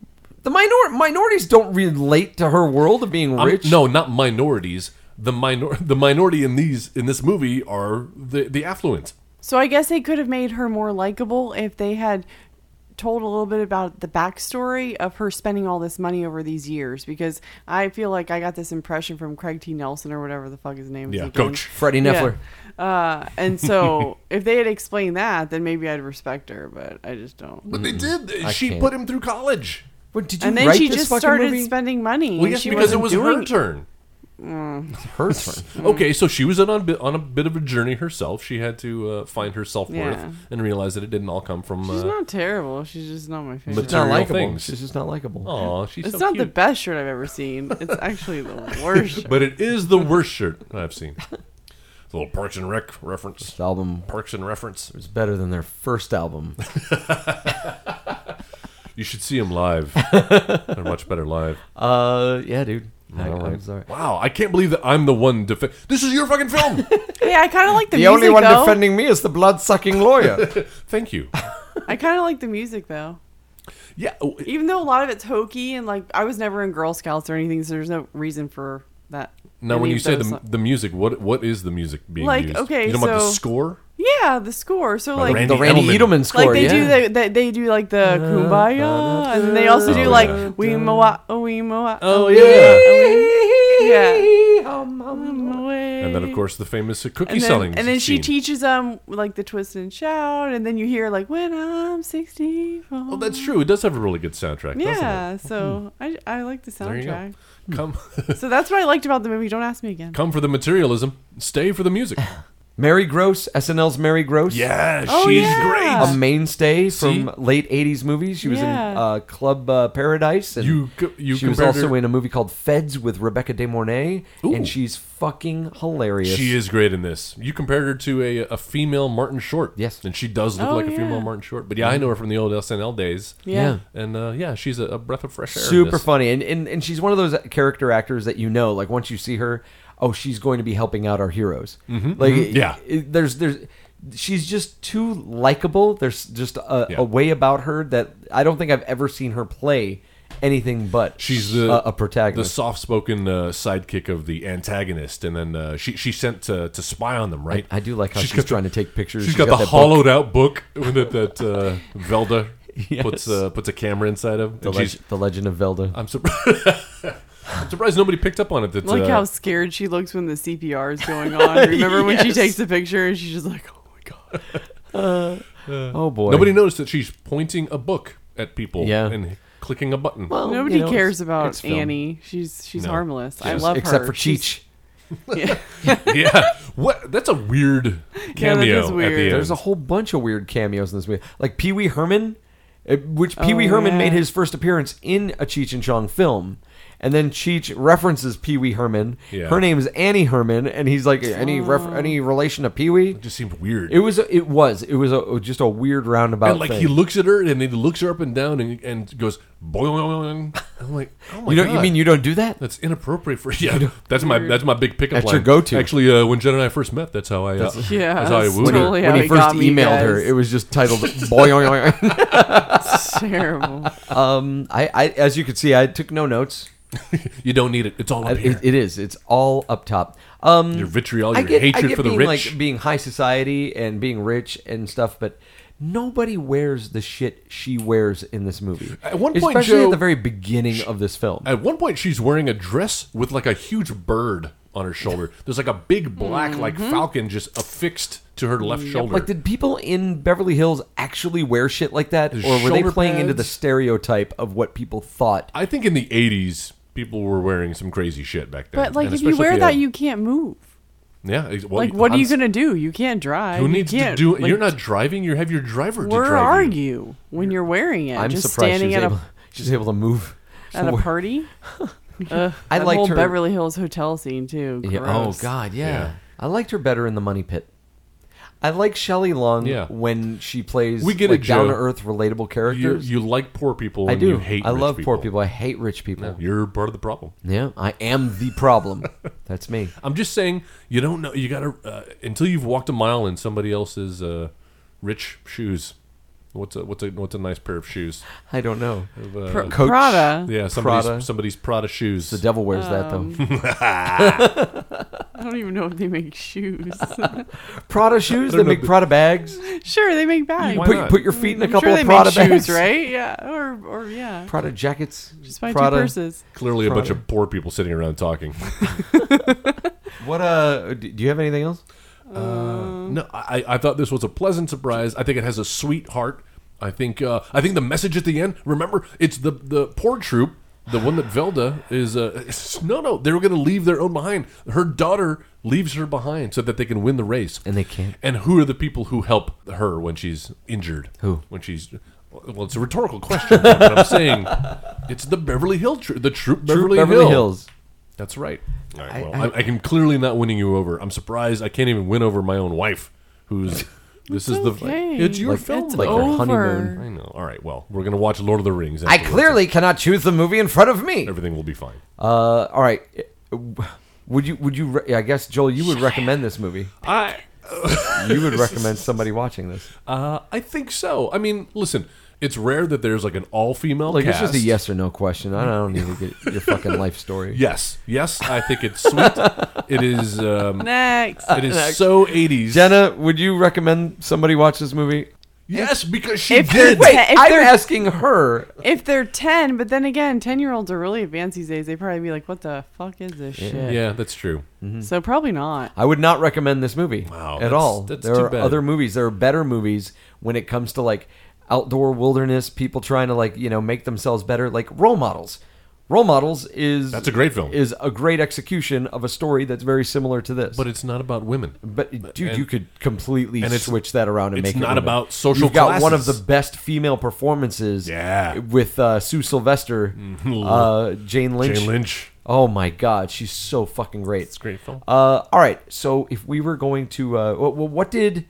S4: minor minorities don't relate to her world of being
S5: I'm-
S4: rich.
S5: no, not minorities. The minor (laughs) the minority in these in this movie are the the affluent.
S6: So I guess they could have made her more likable if they had told a little bit about the backstory of her spending all this money over these years because I feel like I got this impression from Craig T. Nelson or whatever the fuck his name is.
S5: Yeah,
S6: again.
S5: coach.
S4: Freddie Neffler.
S6: Yeah. Uh,
S4: (laughs)
S6: and so if they had explained that, then maybe I'd respect her, but I just don't.
S5: But they
S6: Mm.
S5: did.
S4: I
S5: she
S4: can't.
S5: put him through college.
S4: What, did you
S6: And then
S4: write
S6: she
S4: this
S6: just
S4: fucking
S6: started
S4: movie?
S6: spending money.
S5: Well,
S6: and
S5: yes,
S6: she
S5: because it
S6: wasn't
S5: was
S6: doing Mm.
S5: her turn.
S4: her turn.
S5: Okay, so she was in on, bi- on a bit of a journey herself. She had to uh, find her self worth
S6: Yeah.
S5: and realize that it didn't all come from.
S6: She's
S5: uh,
S6: not terrible. She's just not my favorite.
S5: Mater-
S4: She's not
S5: Material
S4: likable.
S5: things. Oh.
S4: She's just not likable.
S5: Aw, she's
S6: It's
S5: so
S6: not the
S5: cute.
S6: best shirt I've ever seen.
S5: (laughs)
S6: It's actually the worst.
S5: But it is
S6: (laughs)
S5: the worst shirt I've seen. It's a little Parks and Rec reference.
S4: This album
S5: Parks and reference.
S4: is better than their first album.
S6: (laughs)
S5: You should see them live. They're much better live.
S4: uh, yeah, dude. I,
S5: All
S4: am
S5: right.
S4: sorry.
S5: Wow, I can't believe that I'm the one defe- This is your fucking
S6: (laughs)
S5: film.
S6: Hey, I kind of like the,
S7: The
S6: music
S7: only one
S6: though.
S7: defending me is the blood sucking lawyer.
S5: Thank you.
S6: I kind of like the music though.
S5: Yeah, oh, it-
S6: Even though a lot of it's hokey and like I was never in Girl Scouts or anything, so there's no reason for that.
S5: Now,
S6: any
S5: when you
S6: of
S5: say
S6: those
S5: the, the music, what what is the music being
S6: Like,
S5: used?
S6: okay,
S5: you know about the
S6: so-
S5: score?
S6: yeah, the score. So like
S5: Randy
S4: The Randy
S5: Edelman.
S4: Edelman, score.
S6: like they
S4: yeah.
S6: do the, the they do like the kumbaya and they also do
S5: Oh,
S6: like
S5: yeah.
S6: we moa oh we moa
S5: Oh,
S6: and
S5: And then, of course, the famous cookie
S6: and then,
S5: selling.
S6: and then she
S5: scene.
S6: teaches them like the twist and shout and then you hear like when i'm 64
S5: Oh, that's true. It does have a really good soundtrack. Doesn't it?
S6: yeah so I, I like the
S5: There you go.
S6: soundtrack
S5: Come, (laughs)
S6: so that's what i liked about the movie don't ask me again
S5: come for the materialism. Stay for the music. Ah,
S4: Mary Gross, SNL's Mary Gross.
S5: Yeah,
S6: Oh,
S5: she's
S6: yeah.
S5: great. Um,
S4: A mainstay from
S5: See?
S4: late '80s movies. She was in
S6: Yeah.
S4: uh, Club uh, Paradise, and
S5: You co- you
S4: she was
S5: compared
S4: also
S5: her-
S4: in a movie called Feds with Rebecca De Mornay,
S5: Ooh.
S4: and she's fucking hilarious.
S5: She is great in this. You compared her to a, a female Martin Short.
S4: Yes.
S5: And she does look
S6: Oh,
S5: like a
S6: yeah.
S5: female Martin Short. But yeah, I know her from the old SNL days.
S4: Yeah.
S6: yeah.
S5: And uh, yeah, she's a, a breath of fresh air. in
S4: super
S5: this.
S4: funny and, and and she's one of those character actors that you know like once you see her oh she's going to be helping out our heroes like
S5: Mm-hmm, Yeah.
S4: it- there's there's she's just too likable there's just a,
S5: Yeah.
S4: a way about her that i don't think i've ever seen her play anything but
S5: She's the
S4: a, a protagonist
S5: the soft-spoken uh, sidekick of the antagonist, and then uh, she she's sent to, to spy on them, right?
S4: I do like how she's
S5: got
S4: trying to take pictures.
S5: She's
S4: She's
S5: got,
S4: got
S5: the
S4: that book.
S5: hollowed-out book that that uh, Velda
S4: (laughs) Yes.
S5: puts uh, puts a camera inside of.
S4: the,
S5: And she's, Uh,
S4: leg- the legend of velda
S5: I'm surprised. (laughs) I'm surprised nobody picked up on it. That
S6: like
S5: uh,
S6: how scared she looks when the cpr is
S5: (laughs)
S6: going on remember when she
S4: Yes.
S6: takes the picture and she's just like oh my god
S4: oh boy
S5: nobody noticed that she's pointing a book at people
S4: Yeah.
S5: and clicking a button.
S4: Well, you
S6: nobody
S4: know, it's-
S6: cares about
S4: it's film.
S6: annie she's she's
S5: No.
S6: harmless i
S5: She's-
S6: love
S4: except
S6: her
S4: for
S6: She's-
S4: cheech
S5: (laughs) yeah, what? That's a weird cameo. at the
S6: weird.
S5: end.
S4: There's a whole bunch of weird cameos in this movie, like Pee Wee Herman, uh, which Pee Wee
S6: Oh,
S4: Herman
S6: yeah.
S4: made his first appearance in a Cheech and Chong film, and then Cheech references Pee Wee Herman.
S5: Yeah.
S4: Her name's Annie Herman, and he's like, any ref- any relation to Pee Wee?
S5: it just seemed weird.
S4: It was it was it was a, just a weird
S6: Oh,
S4: roundabout
S5: and like
S4: thing.
S5: he looks at her and then he looks her up and down and, and goes boing. I'm like, oh my
S4: you don't
S5: god.
S4: you mean you don't do that?
S5: That's inappropriate for (laughs) yeah. That's my that's my big pickup
S4: That's
S5: line.
S4: your go-to.
S5: Actually, uh, when Jen and I first met, that's how I uh, that's,
S6: yeah
S5: how I
S6: that's
S5: wooed
S6: totally
S5: her.
S6: how
S4: when
S6: it
S4: he first
S6: got me,
S4: emailed her,
S6: guys.
S4: it was just
S6: (laughs)
S4: titled "Boy."
S5: (laughs)
S6: It's (laughs) terrible.
S4: Um, I, I, as you can see, I took no notes.
S5: You don't need it. It's all up here.
S4: It, it is. It's all up top. Um,
S5: your vitriol, your hatred for the
S4: being,
S5: rich.
S4: like being high society and being rich and stuff, but nobody wears the shit she wears in this movie.
S5: At one point,
S4: especially
S5: Joe-
S4: at the very beginning of this film,
S5: At one point, she's wearing a dress with like a huge bird on her shoulder. There's like a big black like
S6: Mm-hmm.
S5: falcon just affixed to her left shoulder.
S4: like, did people in Beverly Hills actually wear shit like that, or were they
S5: shoulder
S4: playing into the
S5: pads.
S4: stereotype of what people thought?
S5: I think in the '80s, people were wearing some crazy shit back then.
S6: But like,
S5: And
S6: if you
S5: especially
S6: wear
S5: had-
S6: that, you can't move.
S5: yeah. ex- well,
S6: Like, what are you
S5: I'm-
S6: gonna do? You can't drive.
S5: Who
S6: You
S5: needs to
S6: can't-
S5: do?
S6: like,
S5: you're not driving. You have your driver to
S6: Where
S5: drive
S6: are you when you're wearing it?
S4: I'm
S6: Just
S4: surprised she
S6: standing
S4: was
S6: at
S4: able.
S6: a
S4: She's able to move.
S6: (laughs) at a party. Ugh,
S4: (laughs) I
S6: that
S4: liked
S6: whole
S4: her-
S6: Beverly Hills hotel scene too.
S4: Yeah, oh
S6: Gross.
S4: God, yeah.
S5: Yeah.
S4: I liked her better in the Money Pit. I like Shelley Long
S5: Yeah.
S4: when she plays
S5: We get
S4: like,
S5: it, Joe.
S4: down to earth, relatable
S5: You,
S4: characters.
S5: you like poor people.
S4: I
S5: and
S4: do.
S5: You hate
S4: I
S5: rich
S4: love poor people. I hate rich people. Yeah,
S5: You're part of the problem.
S4: I am the
S5: (laughs)
S4: problem. That's me.
S5: I'm just saying you don't know. You gotta uh, until you've walked a mile in somebody else's uh, rich shoes. What's a what's a what's a nice pair of shoes?
S4: I don't know.
S5: Uh,
S6: Pr-
S4: Coach-
S6: Prada.
S5: yeah, somebody's
S4: Prada.
S5: somebody's Prada shoes.
S4: The devil wears that
S5: Um, (laughs)
S4: though.
S6: I don't even know if they make
S4: (laughs)
S6: shoes. (laughs)
S4: Prada shoes.
S5: don't
S4: They
S5: know,
S4: make
S5: but-
S4: Prada bags.
S6: sure, they make bags.
S5: Why
S4: Put,
S5: not?
S4: put your feet in a
S6: I'm
S4: couple
S6: sure they
S4: of Prada
S6: make
S4: bags.
S6: shoes, right? Yeah, or or yeah.
S4: Prada jackets.
S6: Just buy
S4: Prada.
S6: two purses.
S5: Clearly, a bunch
S4: Prada.
S5: of poor people sitting around talking.
S4: What uh? Do do you have anything else?
S5: No, I, I thought this was a pleasant surprise. I think it has a sweet heart. I think uh, I think the message at the end. Remember, it's the the poor troop, the one that Velda is. Uh, (laughs) no, no, they were going to leave their own behind. Her daughter leaves her behind so that they can win the race.
S4: And they can't.
S5: And who are the people who help her when she's injured?
S4: Who?
S5: When she's well, it's a rhetorical question. but I'm saying (laughs) it's the Beverly Hill troop, the troop Beverly,
S4: Beverly
S5: Hill.
S4: Hills.
S5: That's right. All
S4: (laughs)
S5: right well, I, I, am clearly not winning you over. I'm surprised I can't even win over my own wife, who's This
S6: It's
S5: is the
S6: okay.
S5: it's your
S4: Like-
S5: film.
S4: it's like
S5: though.
S4: your honeymoon.
S6: over.
S5: I know. All right. Well, we're gonna watch Lord of the Rings.
S4: I
S5: afterwards.
S4: clearly cannot choose the movie in front of me.
S5: everything will be fine.
S4: Uh, all right. Would you? Would you? Re- I guess Joel, you would recommend this movie.
S5: I
S4: You
S6: (laughs)
S4: would recommend somebody watching this.
S5: uh, I think so. I mean, listen, it's rare that there's like an all female.
S4: Like
S5: cast.
S4: it's just a yes or no question. I don't need to get (laughs) your fucking life story.
S5: Yes, yes. I think it's sweet. it is.
S4: (laughs)
S5: Um,
S6: Next.
S5: it is so eighties.
S4: Jenna, would you recommend somebody watch this movie?
S5: yes, because she
S6: If
S5: did.
S6: they're-
S4: Wait,
S6: If
S4: I'm
S6: they're-
S4: asking her.
S6: if they're 10, but then again, 10 year olds are really advanced these days. They'd probably be like, what the fuck is this shit?
S5: Yeah, that's true.
S4: Mm-hmm.
S6: So probably not.
S4: I would not recommend this movie
S5: Wow,
S4: at
S5: that's-
S4: all.
S5: that's
S4: there
S5: too
S4: are
S5: bad.
S4: other movies. There are better movies when it comes to like outdoor wilderness people trying to like you know make themselves better. Like role models. Role models is
S5: That's a great film.
S4: Is a great execution of a story that's very similar to this.
S5: But it's not about women.
S4: But dude,
S5: and-
S4: you could completely
S5: and it's-
S4: switch that around and make
S5: it's
S4: it
S5: not
S4: women.
S5: about social
S4: You've got one of
S5: classes.
S4: the best female performances.
S5: Yeah. Mm-hmm.
S4: with uh, Sue Sylvester, uh, Jane Lynch.
S5: Jane Lynch.
S4: Oh my God, she's so fucking great. It's
S5: a great film.
S4: Uh, all right, so if we were going to, uh, what, what did?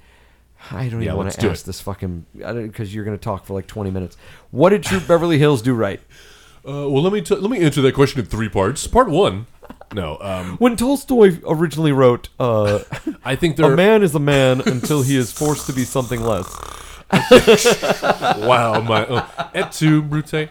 S4: I don't
S5: Yeah,
S4: even want
S5: let's
S4: to
S5: do
S4: ask
S5: it.
S4: this fucking because you're going to talk for like 20 minutes. What did True Beverly Hills do right?
S5: Uh, well, let me t- let me answer that question in three parts. Part one. No, um,
S4: When Tolstoy originally wrote, (laughs) uh,
S5: I think
S4: "A
S5: there.
S4: man is a man until he is forced to be something less."
S5: (laughs) wow, my oh, et tu, Brute.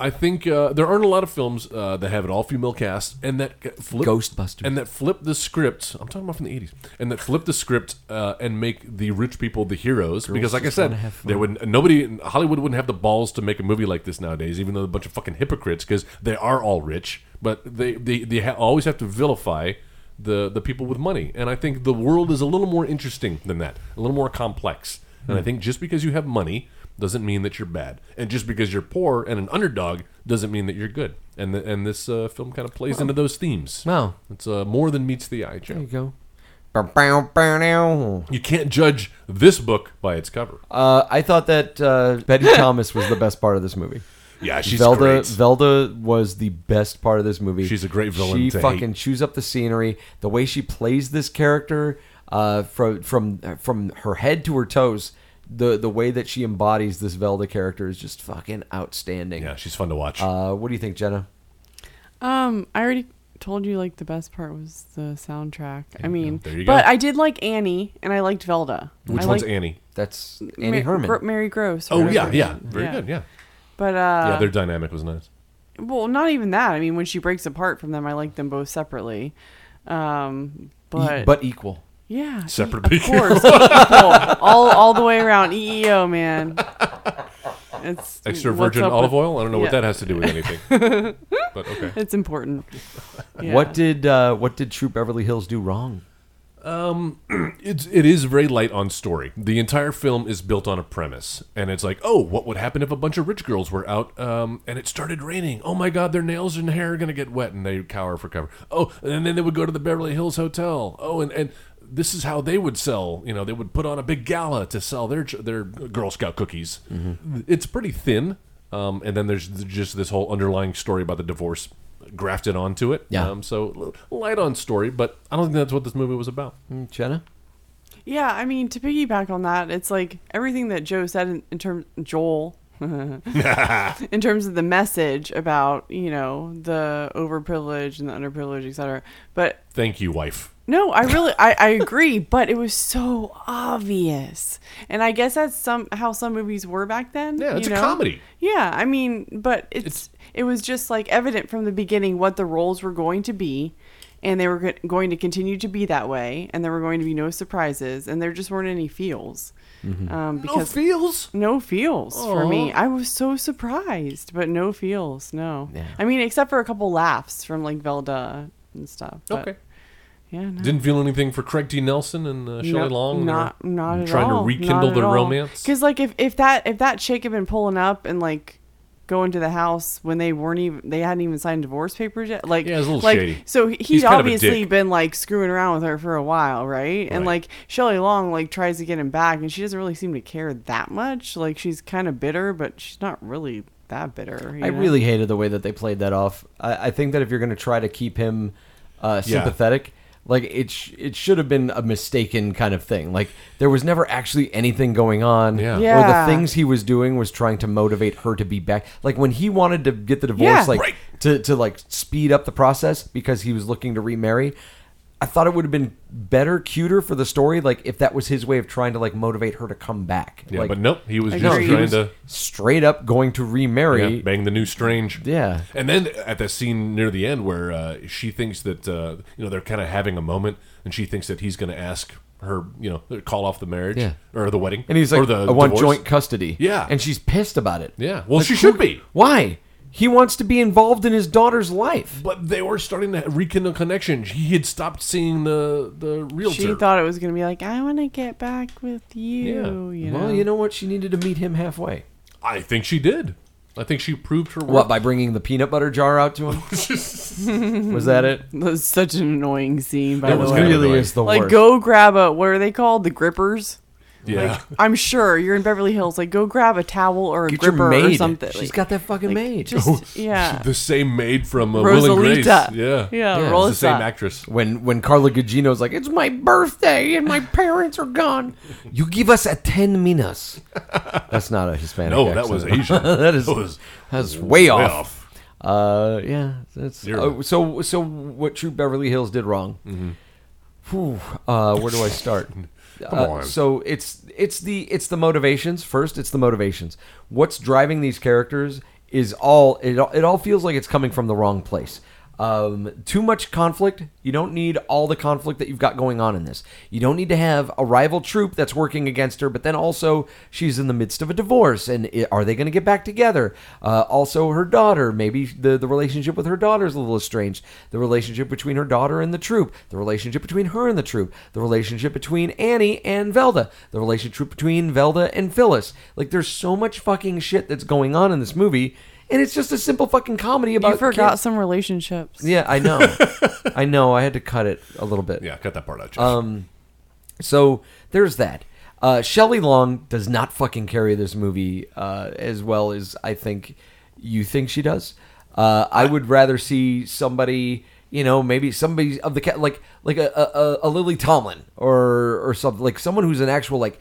S5: I think uh, there aren't a lot of films uh, that have an all-female cast and that g- flip
S4: Ghostbusters.
S5: and that flip the script. I'm talking about from the '80s, and that flip the script uh, and make the rich people the heroes. because, like I
S4: just
S5: said,
S4: wanna have fun.
S5: they would nobody Hollywood wouldn't have the balls to make a movie like this nowadays, even though they're a bunch of fucking hypocrites because they are all rich, but they they, they ha- always have to vilify. The, the people with money and i think the world is a little more interesting than that a little more complex
S4: Hmm.
S5: and i think just because you have money doesn't mean that you're bad and just because you're poor and an underdog doesn't mean that you're good and the, and this uh, film kind of plays into those themes
S4: Wow.
S5: it's uh, more than meets the eye
S4: There
S5: joe
S4: you go. Uh,
S5: you can't judge this book by its cover
S4: I thought that uh,
S5: (laughs)
S4: Betty Thomas was the best part of this movie.
S5: yeah Uh, she's
S4: Velda
S5: great
S4: Velda was the best part of this movie.
S5: She's a great villain
S4: She
S5: to
S4: fucking chews up the scenery. The way she plays this character, uh, from from from her head to her toes, the the way that she embodies this Velda character is just fucking outstanding.
S5: yeah she's fun to watch
S4: Uh, what do you think, Jenna?
S6: Um, I already told you like the best part was the soundtrack. I mean,
S5: There you go.
S6: but I did like Annie and I liked Velda.
S5: which
S6: I
S5: one's
S6: liked
S5: annie
S4: That's Annie
S6: Ma-
S4: Herman. E,
S6: Gro- Mary Gross.
S5: oh
S6: whatever.
S5: yeah yeah very
S6: Yeah.
S5: good yeah
S6: But
S5: yeah
S6: uh,
S5: their dynamic was nice
S6: well, not even that. I mean, when she breaks apart from them, I like them both separately. Um,
S4: E-
S6: but
S4: but equal.
S6: yeah,
S5: Separate
S6: of
S5: but equal. (laughs)
S6: course, equal. all all the way around. EEO man. It's
S5: extra
S6: what's
S5: virgin
S6: up
S5: olive
S6: with-
S5: oil i don't know what
S6: Yeah.
S5: that has to do with
S6: (laughs)
S5: anything but okay
S6: It's
S5: (laughs)
S6: important. Yeah.
S4: What did uh, what did True Beverly Hills do wrong?
S5: it's it is very light on story. The entire film is built on a premise, and it's like, oh, what would happen if a bunch of rich girls were out um, and it started raining? Oh my God, their nails and hair are gonna get wet, and they cower for cover. Oh, and then they would go to the Beverly Hills Hotel. Oh, and and this is how they would sell. You know, they would put on a big gala to sell their ch- their Girl Scout cookies. It's pretty thin, um, and then there's just this whole underlying story about the divorce grafted onto it.
S4: Yeah.
S5: Um, so l- light on story, but I don't think that's what this movie was about.
S4: Mm, Jenna.
S6: Yeah, I mean to piggyback on that, it's like everything that Joe said in, in terms
S5: (laughs)
S6: Joel in terms of the message about you know the overprivileged and the underprivileged, etc. But
S5: Thank you, wife.
S6: no, I really I, I agree, but it was so obvious, and I guess that's some how some movies were back then.
S5: Yeah, it's
S6: you
S5: a
S6: know?
S5: comedy.
S6: Yeah, I mean, but it's, it was just like evident from the beginning what the roles were going to be, and they were go- going to continue to be that way, and there were going to be no surprises, and there just weren't any feels. Um, because no,
S5: feels.
S6: feels for me. I was so surprised, but no feels. No,
S4: Yeah.
S6: I mean, except for a couple laughs from like Velda and stuff. but,
S5: Okay.
S6: yeah, no.
S5: Didn't feel anything for Craig D. Nelson and uh, Shelley
S6: No-
S5: Long.
S6: Not
S5: They're
S6: not at
S5: trying
S6: all.
S5: to rekindle their romance.
S6: Because like if, if that if that chick had been pulling up and like going to the house when they weren't even they hadn't even signed divorce papers yet, like
S5: Yeah, it's a little
S6: like,
S5: shady.
S6: So he-
S5: He's
S6: he'd
S5: kind of a
S6: obviously
S5: dick.
S6: been like screwing around with her for a while, right? And
S5: Right.
S6: like Shelley Long like tries to get him back, and she doesn't really seem to care that much. Like she's kind of bitter, but she's not really that bitter. you
S4: I
S6: know?
S4: really hated the way that they played that off. I, I think that if you're going to try to keep him uh,
S5: Yeah.
S4: sympathetic, Like it, sh- it should have been a mistaken kind of thing. Like there was never actually anything going on,
S5: Yeah.
S6: Yeah.
S4: or the things he was doing was trying to motivate her to be back. Like when he wanted to get the divorce,
S6: Yeah.
S4: like
S5: Right.
S4: to to like speed up the process because he was looking to remarry. I thought it would have been better, cuter for the story, like if that was his way of trying to like motivate her to come back.
S5: Yeah,
S4: Like,
S5: but nope, he was
S6: I
S5: just
S6: know,
S5: trying
S6: he was-
S5: to
S4: straight up going to remarry.
S5: yeah, bang the new strange.
S4: Yeah.
S5: and then at that scene near the end where uh, she thinks that uh, you know they're kind of having a moment, and she thinks that he's going to ask her, you know, call off the marriage
S4: Yeah.
S5: or the wedding,
S4: And he's
S5: or
S4: like,
S5: the
S4: I want
S5: divorce."
S4: joint custody.
S5: Yeah.
S4: And she's pissed about it.
S5: Yeah, well,
S4: Like,
S5: she
S4: who-
S5: should be.
S4: Why? He wants to be involved in his daughter's life.
S5: But they were starting to rekindle connection. He had stopped seeing the the realtor.
S6: She thought it was going to be like, I want to get back with you. You know?
S4: Well, Oh, you know what? She needed to meet him halfway.
S5: I think she did. I think she proved her
S4: What,
S5: worth.
S4: by bringing the peanut butter jar out to him?
S5: (laughs)
S4: (laughs) was that it?
S6: That was such an annoying scene, by
S5: That
S6: the
S5: was
S6: way.
S5: kind of
S4: really
S5: annoying.
S4: is the
S6: like,
S4: worst.
S6: go grab a, what are they called? The grippers?
S5: yeah. (laughs)
S6: I'm sure you're in Beverly Hills. Like, go grab a towel or a
S4: Get your
S6: gripper
S4: maid.
S6: or something.
S4: She's
S6: Like,
S4: got that fucking
S6: like,
S4: maid. Oh.
S6: Just, (laughs) yeah.
S5: (laughs) the same maid from uh, Will and Grace.
S6: Rosalita.
S5: Yeah,
S6: Yeah,
S5: It's the
S6: Rosa.
S5: same actress.
S4: when when Carla Gugino's like, it's my birthday and my parents are gone. You give us a ten
S5: (laughs)
S4: minutes. That's not a Hispanic.
S5: No, that was
S4: accent. (laughs)
S5: Asian.
S4: that is
S5: That was
S4: that's way
S5: way
S4: off.
S5: off.
S4: Uh, yeah, that's
S5: You're
S4: oh,
S5: right. Mm-hmm.
S4: so. So what True Beverly Hills did wrong? Whew, uh, where do I
S5: (laughs)
S4: start? Uh,
S5: on.
S4: So it's it's the it's the motivations first. It's the motivations. What's driving these characters is all it. all- It all feels like it's coming from the wrong place. Um, too much conflict. You don't need all the conflict that you've got going on in this. You don't need to have a rival troop that's working against her, but then also she's in the midst of a divorce, and i are they going to get back together? Uh, also, her daughter. Maybe the the relationship with her daughter is a little estranged. The relationship between her daughter and the troop. The relationship between her and the troop. The relationship between Annie and Velda. The relationship between Velda and Phyllis. Like, there's so much fucking shit that's going on in this movie, and it's just a simple fucking comedy about.
S6: you forgot
S4: kids.
S6: some relationships.
S4: Yeah, I know.
S6: (laughs)
S4: I know. I had to cut it a little bit.
S5: Yeah, cut that part out. Jeff. Um,
S4: So there's that. Uh, Shelley Long does not fucking carry this movie uh, as well as I think you think she does. Uh, I would rather see somebody, you know, maybe somebody of the cat, like like a, a, a Lily Tomlin or or something, like someone who's an actual like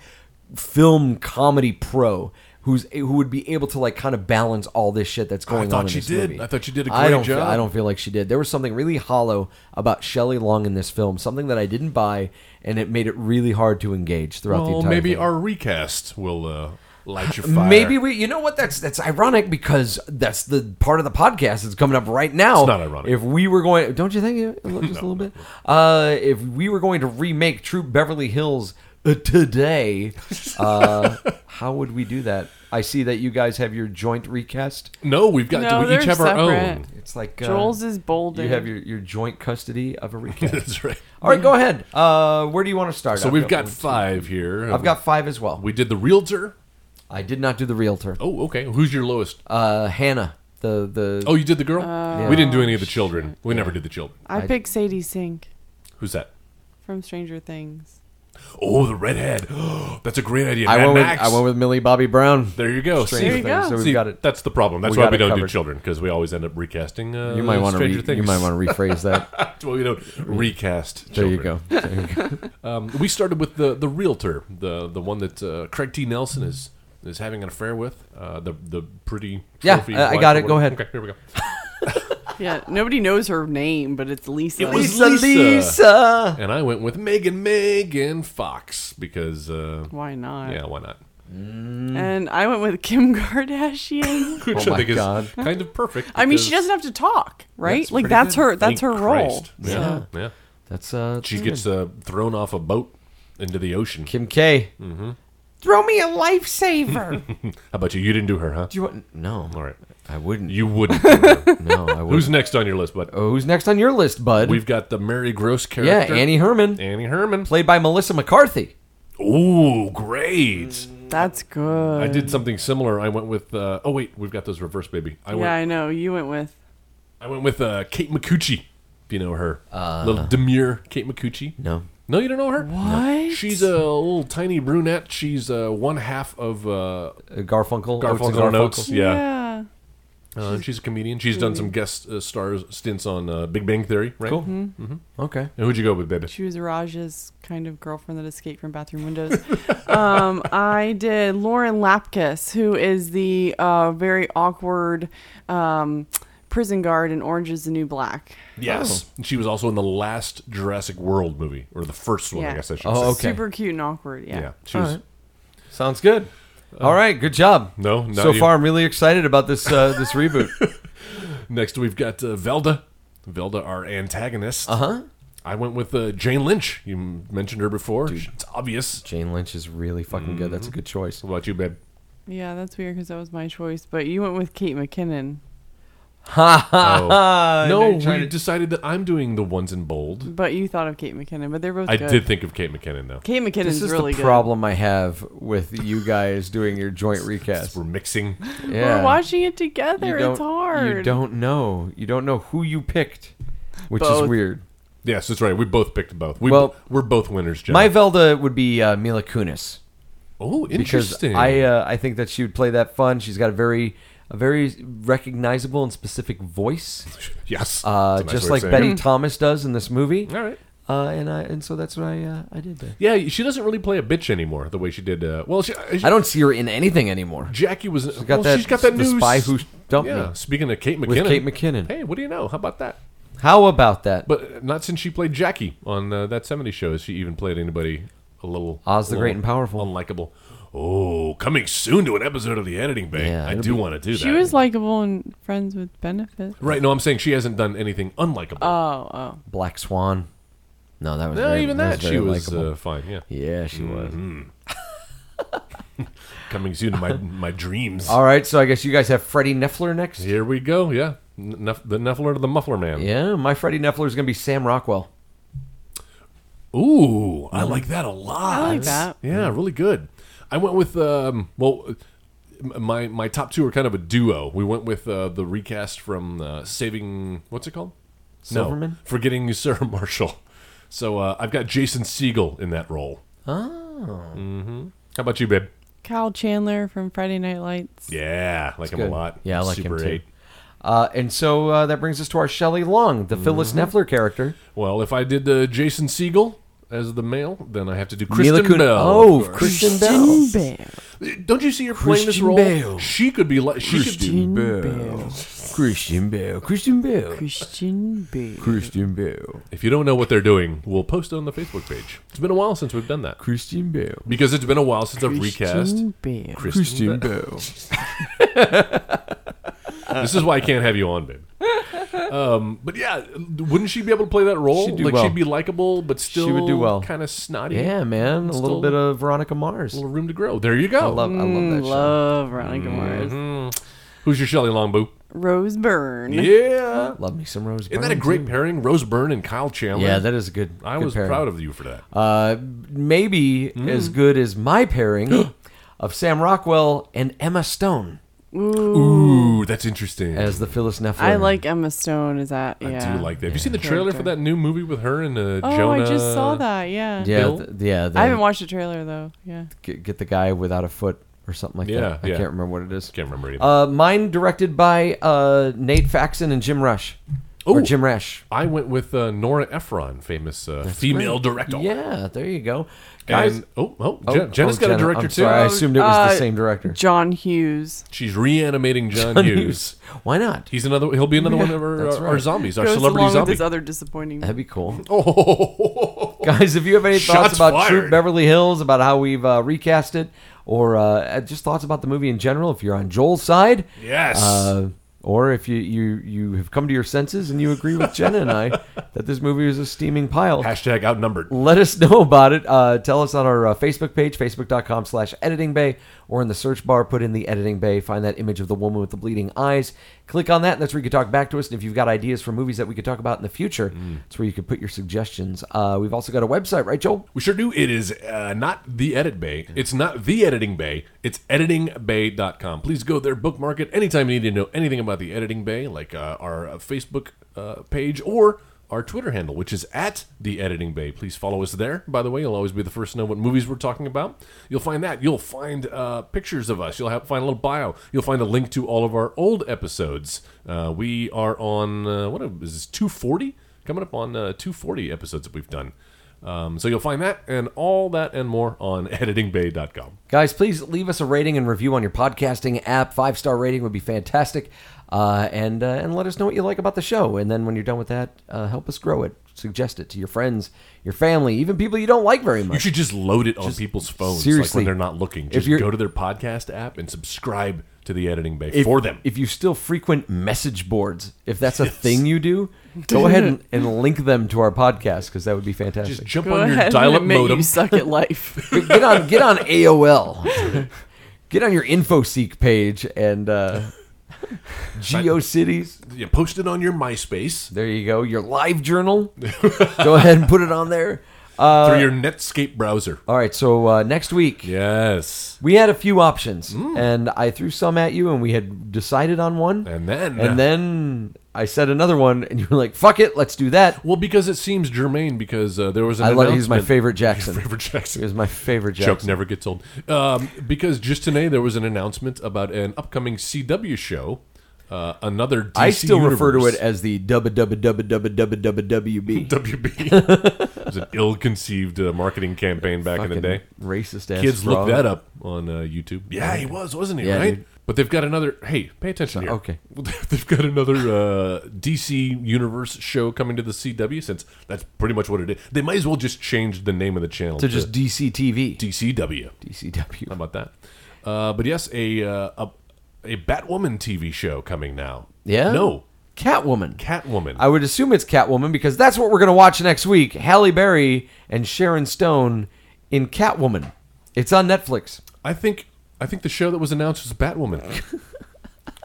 S4: film comedy pro. Who's, who would be able to like kind of balance all this shit that's going
S5: thought
S4: on in
S5: she
S4: this
S5: did.
S4: movie?
S5: I thought she did a
S4: I
S5: great
S4: don't feel-
S5: job.
S4: I don't don't feel like she did. There was something really hollow about Shelley Long in this film, something that I didn't buy, and it made it really hard to engage throughout the
S5: well,
S4: entire.
S5: maybe
S4: thing.
S5: our recast will uh, light your (laughs) fire.
S4: Maybe we, you know what? That's that's ironic because that's the part of the podcast that's coming up right now.
S5: It's not ironic.
S4: If we were going, don't you think? (laughs) Just a little bit. Uh, if we were going to remake True Beverly Hills uh, (laughs) today, uh, how would we do that? I see that you guys have your joint recast.
S5: no, we've got.
S6: No,
S5: we each
S6: they're
S5: have our own.
S6: separate.
S4: It's like uh,
S6: Joel's is bold.
S4: You have your, your joint custody of a (laughs) recast.
S5: (laughs) That's right.
S4: All right, go ahead. Uh, where do you want to start?
S5: So
S4: I've
S5: we've got
S4: one, two.
S5: five here. Um,
S4: I've got five as well.
S5: We did the realtor.
S4: I did not do the realtor.
S5: Oh, okay. Who's your lowest?
S4: Uh, Hannah, the the
S5: oh, you did the girl.
S4: Yeah.
S6: Uh,
S5: we didn't do any of the children. We never did the children.
S6: I picked Sadie Sink
S5: Who's that?
S6: from Stranger Things.
S5: Oh, the redhead. (gasps) That's a great idea.
S4: I
S5: Mad
S4: went with
S5: Max.
S4: I went with Millie Bobby Brown.
S5: There you go.
S4: Stranger
S5: See,
S6: There you
S4: Things.
S6: go.
S4: So we've
S5: See,
S4: got it.
S5: That's the problem. That's
S4: We
S5: why
S4: got
S5: we
S4: it
S5: don't do
S4: covered.
S5: children because we always end up recasting. Uh,
S4: You might want to re-
S5: Stranger Things.
S4: you might want to rephrase that.
S5: (laughs) That's why we don't recast.
S4: there you
S5: children.
S4: go. There you go.
S5: Um, we started with the the realtor, the the one that uh, Craig T. Nelson is is having an affair with. Uh, the the pretty.
S4: Yeah, uh,
S5: trophy
S4: I- I
S5: wife
S4: got
S5: or
S4: it. Go
S5: whatever.
S4: ahead.
S5: Okay, here we go.
S6: Yeah, nobody knows her name, but it's Lisa.
S5: It was
S4: Lisa,
S5: Lisa.
S4: Lisa.
S5: And I went with Megan Megan Fox because uh,
S6: Why not?
S5: yeah, why not?
S4: Mm.
S6: And I went with Kim (laughs) Kardashian.
S5: Which
S4: Oh my
S5: I think
S4: God.
S5: is kind of perfect.
S6: I mean, she
S5: because
S6: doesn't have to talk, right?
S5: that's
S6: like
S5: pretty
S6: that's
S5: good.
S6: her that's her
S5: Thank
S6: role. Mm.
S5: Christ. Yeah, yeah.
S4: That's uh.
S5: She gets uh, thrown off a boat into the ocean. How
S4: Kim K.
S5: Mm-hmm.
S7: Throw me
S5: (laughs)
S7: a lifesaver.
S5: about you? You didn't do her, huh?
S4: Do you want no?
S5: All right.
S4: I wouldn't.
S5: You wouldn't. do her.
S4: no, I
S5: Who's
S4: wouldn't.
S5: next on your list, bud?
S4: Oh, who's next on your list, bud?
S5: We've got the Mary Gross
S4: yeah,
S5: character.
S4: Annie Herman,
S5: Annie Herman.
S4: played by Melissa McCarthy.
S5: Ooh, great.
S6: That's good.
S5: I did something similar. I went with. Uh, oh wait, we've got those reverse, baby. I
S6: yeah,
S5: went.
S6: I know. You went with
S5: I went with uh, Kate McCucci. If you know her, uh, little demure Kate McCucci.
S4: No.
S5: No, you don't know her.
S6: What?
S5: She's a little tiny brunette. She's uh, one half of uh,
S4: Uh, Garfunkel. Oates and
S5: Garfunkel and Oates. Yeah.
S6: yeah.
S5: Uh, she's a comedian. She's done some guest uh, stars stints on uh, Big Bang Theory, right?
S4: Cool. Okay.
S5: And who'd you go with, baby?
S6: She was Raj's kind of girlfriend that escaped from bathroom windows. (laughs) um, I did Lauren Lapkus, who is the uh, very awkward um, prison guard in Orange is the New Black.
S5: Yes.
S4: Oh.
S5: And She was also in the last Jurassic World movie, or the first one, I
S6: Yeah.
S5: guess I should
S4: Oh,
S5: say.
S4: Okay.
S6: Super cute and awkward. Yeah.
S5: Yeah. She was.
S4: All right. Sounds good. All right, good job.
S5: Uh, No, not
S4: so
S5: you.
S4: far I'm really excited about this uh, this
S5: (laughs)
S4: reboot.
S5: Next, we've got uh, Velda. Velda, our antagonist. Uh
S4: Uh-huh.
S5: huh. I went with uh, Jane Lynch. You m- mentioned her before. It's obvious.
S4: Jane Lynch is really fucking good. That's a good choice.
S5: What about
S4: (laughs)
S5: you, babe?
S6: Yeah, that's weird because that was my choice, but you went with Kate McKinnon.
S5: Oh. no, we
S4: you're trying to-
S5: decided that I'm doing the ones in bold.
S6: But you thought of Kate McKinnon, but they're both.
S5: I
S6: good.
S5: did think of Kate McKinnon, though.
S6: Kate McKinnon's
S4: This is
S6: really
S4: the
S6: good.
S4: problem I have with you guys doing your joint
S5: Since
S4: recast.
S5: We're mixing. (laughs)
S4: Yeah.
S6: We're watching it
S4: You
S6: together. It's
S4: don't-
S6: hard.
S4: You don't know. You don't know who you picked, which is
S6: Both.
S4: weird.
S5: Yes, that's right. We both picked both. We
S4: Well-
S5: we're both winners, Jeff.
S4: My Velda would be uh, Mila Kunis
S5: oh,
S4: because
S5: interesting.
S4: I uh, I think that she would play that fun. She's got a very a very recognizable and specific voice,
S5: yes,
S4: uh,
S5: That's a nice
S4: just
S5: way of
S4: like
S5: saying
S4: Betty
S5: it. Hmm.
S4: Thomas does in this movie.
S5: All right.
S4: Uh, and I and so that's what I uh, I did there.
S5: Yeah, she doesn't really play a bitch anymore the way she did. Uh, well, she,
S4: I don't see her in anything anymore.
S5: Jackie was.
S4: She's got
S5: well,
S4: that,
S5: she's got that
S4: the
S5: new
S4: spy
S5: s-
S4: who dumped
S5: yeah.
S4: me.
S5: Speaking of Kate McKinnon,
S4: With Kate McKinnon.
S5: Hey, what do you know? How about that?
S4: How about that?
S5: But not since she played Jackie on uh, that '70s show has she even played anybody a little
S4: Oz the
S5: a little
S4: Great and Powerful.
S5: unlikable. Oh, coming soon to an episode of the Editing Bay.
S4: Yeah,
S5: I
S4: it'll
S5: do want to do that.
S6: She was likable and friends with benefit.
S5: right. No, I'm saying she hasn't done anything unlikable.
S6: Oh, oh.
S4: Black Swan. No, that was
S5: no,
S4: very-
S5: even
S4: that
S5: that,
S4: was
S5: she
S4: very
S5: was
S4: likable.
S5: uh, Mm-hmm. fine. Yeah,
S4: yeah, she was.
S5: coming soon to my
S4: (laughs)
S5: my dreams.
S4: All right, so I guess you guys have Freddie Neffler next.
S5: Here we go. Yeah, N- Nuff- the Nuffler to the Muffler Man.
S4: Yeah, my Freddie Neffler is going to be Sam Rockwell.
S5: Ooh, I like that a lot.
S6: I like that.
S5: Yeah, really good. I went with um, well, m- my my top two are kind of a duo. We went with uh, the recast from uh, Saving what's it called?
S4: Silverman?
S5: No, Forgetting (laughs) Sarah Marshall. So uh, I've got Jason Siegel in that role. Oh. hmm How about you, babe?
S6: Kyle Chandler from Friday Night Lights.
S5: Yeah, I like him
S4: good.
S5: a lot.
S4: Yeah, I like
S5: Super
S4: him too.
S5: 8.
S4: Uh, and so uh, that brings us to our Shelley Long, the Phyllis
S5: Mm-hmm.
S4: Neffler character.
S5: Well, if I did uh, Jason Siegel as the male, then I have to do Kristen
S4: Kun-
S5: Bell.
S4: Oh,
S5: of course.
S4: Kristen Bell.
S6: Bale.
S5: Don't you see her playing this
S4: Christian
S5: role?
S4: Bale.
S5: She could be like she could be,
S4: Bell. Christian Bell. Christian Bell.
S6: Christian Bale.
S4: Christian Bell.
S5: If you don't know what they're doing, we'll post it on the Facebook page. It's been a while since we've done that
S4: Christian Bell.
S5: because it's been a while since I've recast
S6: Christian Bale.
S5: Kristen. Bell.
S4: Bell.
S5: This is why I can't have you on, babe. Um, but yeah, wouldn't she be able to play that role?
S4: She'd do
S5: like
S4: well.
S5: she'd be likable, but still
S4: would do well.
S5: Kind of snotty.
S4: Yeah, man. A
S5: Still-
S4: little bit of Veronica Mars.
S5: little room to grow. There you go.
S4: I love, I love that show.
S6: Oh, mm, Love Veronica
S5: Mm-hmm.
S6: Mars.
S5: Who's your Shelley Long Boo?
S6: Rose Byrne.
S5: Yeah.
S4: Love me some Rose
S5: Isn't that a
S4: Byrne,
S5: great
S4: too.
S5: pairing? Rose Byrne and Kyle Chandler.
S4: Yeah, that is a good.
S5: I
S4: good
S5: was
S4: pairing.
S5: proud of Mm. you for that.
S4: Uh, maybe as good as my
S5: (gasps)
S4: pairing of Sam Rockwell and Emma Stone
S5: Ooh, that's interesting.
S4: as the Phyllis Neffler.
S6: I like Emma Stone. Is that?
S5: I
S6: Yeah.
S5: do like that. Have you seen the trailer for
S6: Character.
S5: that new movie with her and uh,
S6: Oh,
S5: Jonah?
S6: I just saw that. Yeah.
S4: Yeah,
S5: Bill?
S4: th- yeah. the-
S6: I haven't watched the trailer though. Yeah.
S4: get, get the guy without a foot or something like
S5: Yeah,
S4: that. I
S5: yeah.
S4: can't remember what it is.
S5: Can't remember either.
S4: Uh, mine directed by uh, Nate Faxon and Jim Rush. Or
S5: Ooh.
S4: Jim Rash.
S5: I went with uh, Nora Ephron, famous uh, female director.
S4: Yeah, there you go. Guys,
S5: And, oh, oh,
S4: oh,
S5: Jen, Jenna's
S4: oh,
S5: got
S4: Jenna,
S5: a director
S4: I'm
S5: too.
S4: Sorry, I assumed it was
S6: Uh,
S4: the same director.
S6: John Hughes.
S5: She's reanimating John, Hughes.
S4: Why not?
S5: He's another. He'll be another one of our,
S4: That's
S5: our
S4: right.
S5: zombies, our
S6: goes
S5: celebrity
S6: along
S5: zombie.
S6: with this other disappointing.
S4: That'd be cool.
S5: oh,
S4: (laughs)
S5: (laughs)
S4: Guys, if you have any thoughts
S5: Shots
S4: about
S5: fired.
S4: Troop Beverly Hills, about how we've uh, recast it, or uh, just thoughts about the movie in general, if you're on Joel's side,
S5: yes.
S4: uh, or if you, you you have come to your senses and you agree with Jenna and
S5: (laughs)
S4: I that this movie is a steaming pile,
S5: Hashtag outnumbered.
S4: let us (laughs) know about it. Uh, tell us on our uh, Facebook page, facebook.com slash editing bay, or in the search bar, put in the editing bay, find that image of the woman with the bleeding eyes. Click on that, and that's where you can talk back to us. And if you've got ideas for movies that we could talk about in the future, that's where you could put your suggestions. Uh, we've also got a website, right, Joel?
S5: We sure do. It is uh, not the edit bay. It's not the editing bay. It's editingbay.com. Please go there, bookmark it anytime you need to know anything about the editing bay, like uh, our uh, Facebook uh, page or our Twitter handle, which is at the Editing Bay. Please follow us there. By the way, you'll always be the first to know what movies we're talking about. You'll find that. You'll find uh, pictures of us. You'll have, find a little bio. You'll find a link to all of our old episodes. Uh, we are on uh, what is this? Two forty coming up on uh, two forty episodes that we've done. Um, so you'll find that and all that and more on (laughs) editingbay.com.
S4: Guys, please leave us a rating and review on your podcasting app. Five star rating would be fantastic. Uh, and uh, and let us know what you like about the show. And then when you're done with that, uh, help us grow it. Suggest it to your friends, your family, even people you don't like very
S5: You
S4: much.
S5: should just load it on people's phones like
S4: seriously.
S5: when they're not looking.
S4: If
S5: Just
S4: you're-
S5: go to their podcast app and subscribe to the editing bay for them.
S4: If you still frequent message boards, if that's a thing you do,
S5: (laughs)
S4: go ahead and, and link them to our podcast because that would be
S5: just (laughs)
S4: fantastic.
S5: jump
S6: Go
S5: on
S6: ahead
S5: your
S6: and (laughs)
S5: dial up
S6: admit
S5: modem.
S6: You
S5: (laughs)
S6: suck at life. (laughs)
S4: get on get on AOL. Get on your InfoSeek page and
S5: (laughs)
S4: uh, GeoCities.
S5: You post it on your MySpace
S4: There you go. Your live
S5: (laughs)
S4: journal. go ahead and put it on there. Uh,
S5: through your Netscape browser.
S4: all right. So uh, next week
S5: Yes.
S4: we had a few options,
S5: Mm.
S4: and I threw some at you, and we had decided on one,
S5: And then-
S4: and then I said another one, and you were like, "Fuck it, let's do that."
S5: Well, because it seems germane, because uh, there was an
S4: I love. He's my
S5: announcement-
S4: favorite Jackson.
S5: (laughs) Your favorite Jackson.
S4: He was my favorite Jackson.
S5: Joke never gets old. Um, because just today there was an announcement about an upcoming CW show, uh, another DC
S4: I still refer to it
S5: Universe.
S4: as the
S5: (laughs)
S4: WB. (laughs)
S5: WB. it was an ill-conceived uh, marketing campaign back in the day.
S4: Racist ass.
S5: Kids, look
S4: frog.
S5: that up on uh, YouTube. Yeah, he was, wasn't he?
S4: Yeah,
S5: right.
S4: dude.
S5: But they've got another. Hey, pay attention here.
S4: okay.
S5: (laughs) They've got another uh, DC Universe show coming to the CW since that's pretty much what it is. They might as well just change the name of the channel
S4: to just DCTV.
S5: DCW. How
S4: DCW.
S5: about that? Uh, but yes, a, uh, a a Batwoman TV show coming now.
S4: Yeah?
S5: No,
S4: Catwoman.
S5: Catwoman.
S4: I would assume it's Catwoman because that's what we're going to watch next week. Halle Berry and Sharon Stone in Catwoman. It's on Netflix.
S5: I think I think the show that was announced was Batwoman.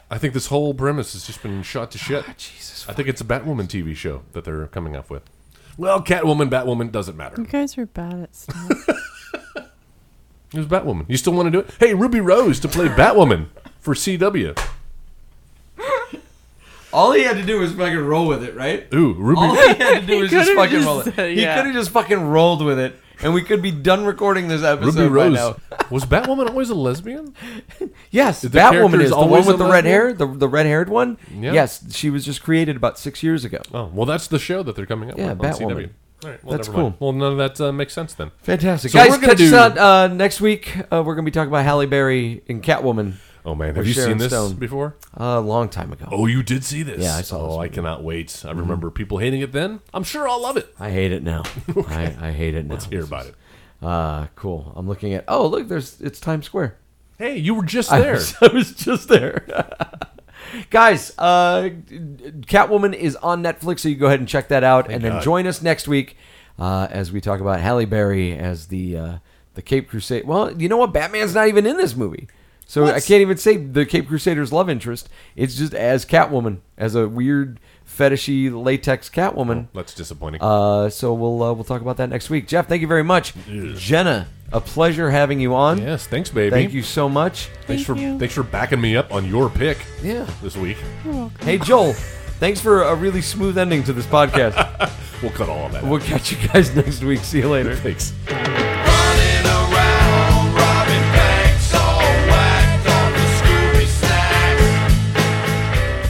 S5: I think this whole premise has just been shot to shit.
S4: Ah,
S5: Jesus, I think it's a Batwoman TV show that they're coming up with. Well, Catwoman, Batwoman doesn't matter.
S6: you guys are bad at stuff.
S5: It was Batwoman. You still want to do it? Hey, Ruby Rose to play Batwoman for CW.
S4: All he had to do was fucking roll with it, right? (laughs)
S5: Ooh, Ruby.
S4: All he had
S6: (laughs)
S4: to do was just
S6: could've
S4: fucking
S6: just
S4: roll it.
S6: said,
S4: He
S6: yeah.
S4: could have just fucking rolled with it, and we could be done recording this episode
S5: Ruby
S4: by
S5: Rose.
S4: now.
S5: Was Batwoman always a lesbian?
S4: Yes,
S5: The
S4: that
S5: character
S4: woman
S5: is
S4: is the
S5: always
S4: one with
S5: a
S4: the red
S5: lesbian?
S4: hair, the, the red haired one.
S5: Yeah.
S4: Yes, she was just created about six years ago.
S5: Oh, well, that's the show that they're coming up
S4: Yeah,
S5: with on CW.
S4: Batwoman.
S5: All right, well,
S4: That's
S5: never mind.
S4: cool.
S5: Well, none of that uh, makes sense then.
S4: Fantastic,
S5: So we're
S4: guys!
S5: gonna
S4: Catch
S5: do-
S4: us out uh, next week. Uh, we're going to be talking about Halle Berry and Catwoman.
S5: Oh man, have
S4: With
S5: you seen
S4: Sharon
S5: this
S4: Stone.
S5: before?
S4: A long time ago.
S5: Oh, you did see this.
S4: Yeah, I saw
S5: Oh,
S4: this
S5: I
S4: movie. Mm-hmm.
S5: cannot wait. I remember people hating it then. I'm sure I'll love it.
S4: I hate it
S5: (laughs)
S4: now. I, I hate it now.
S5: Let's
S4: (laughs)
S5: hear about it.
S4: Uh, cool. I'm looking at. Oh, look, there's it's Times Square.
S5: Hey, you were just
S4: I
S5: there.
S4: was, (laughs) I was just there. (laughs) Guys, uh, Catwoman is on Netflix, so you go ahead and check that out, and then
S5: God.
S4: join us next week uh, as we talk about Halle Berry as the uh, the Cape Crusade. Well, you know what? Batman's not even in this movie, so I can't even say the Cape Crusader's love interest. It's just as Catwoman, as a weird fetishy latex Catwoman.
S5: That's disappointing.
S4: Uh, so we'll uh, we'll talk about that next week. Jeff, thank you very much. Jenna, a pleasure having you on.
S5: yes, thanks, baby.
S4: Thank you so much.
S5: Thanks for
S6: Thank you.
S5: thanks for backing me up on your pick.
S4: Yeah.
S5: This week
S4: Hey Joel, thanks for a really smooth ending to this podcast.
S5: we'll cut all of that. out.
S4: we'll catch you guys (laughs) next week. See you later.
S5: Thanks.
S8: Running around, robbing banks, all whacked on the Scooby Snacks.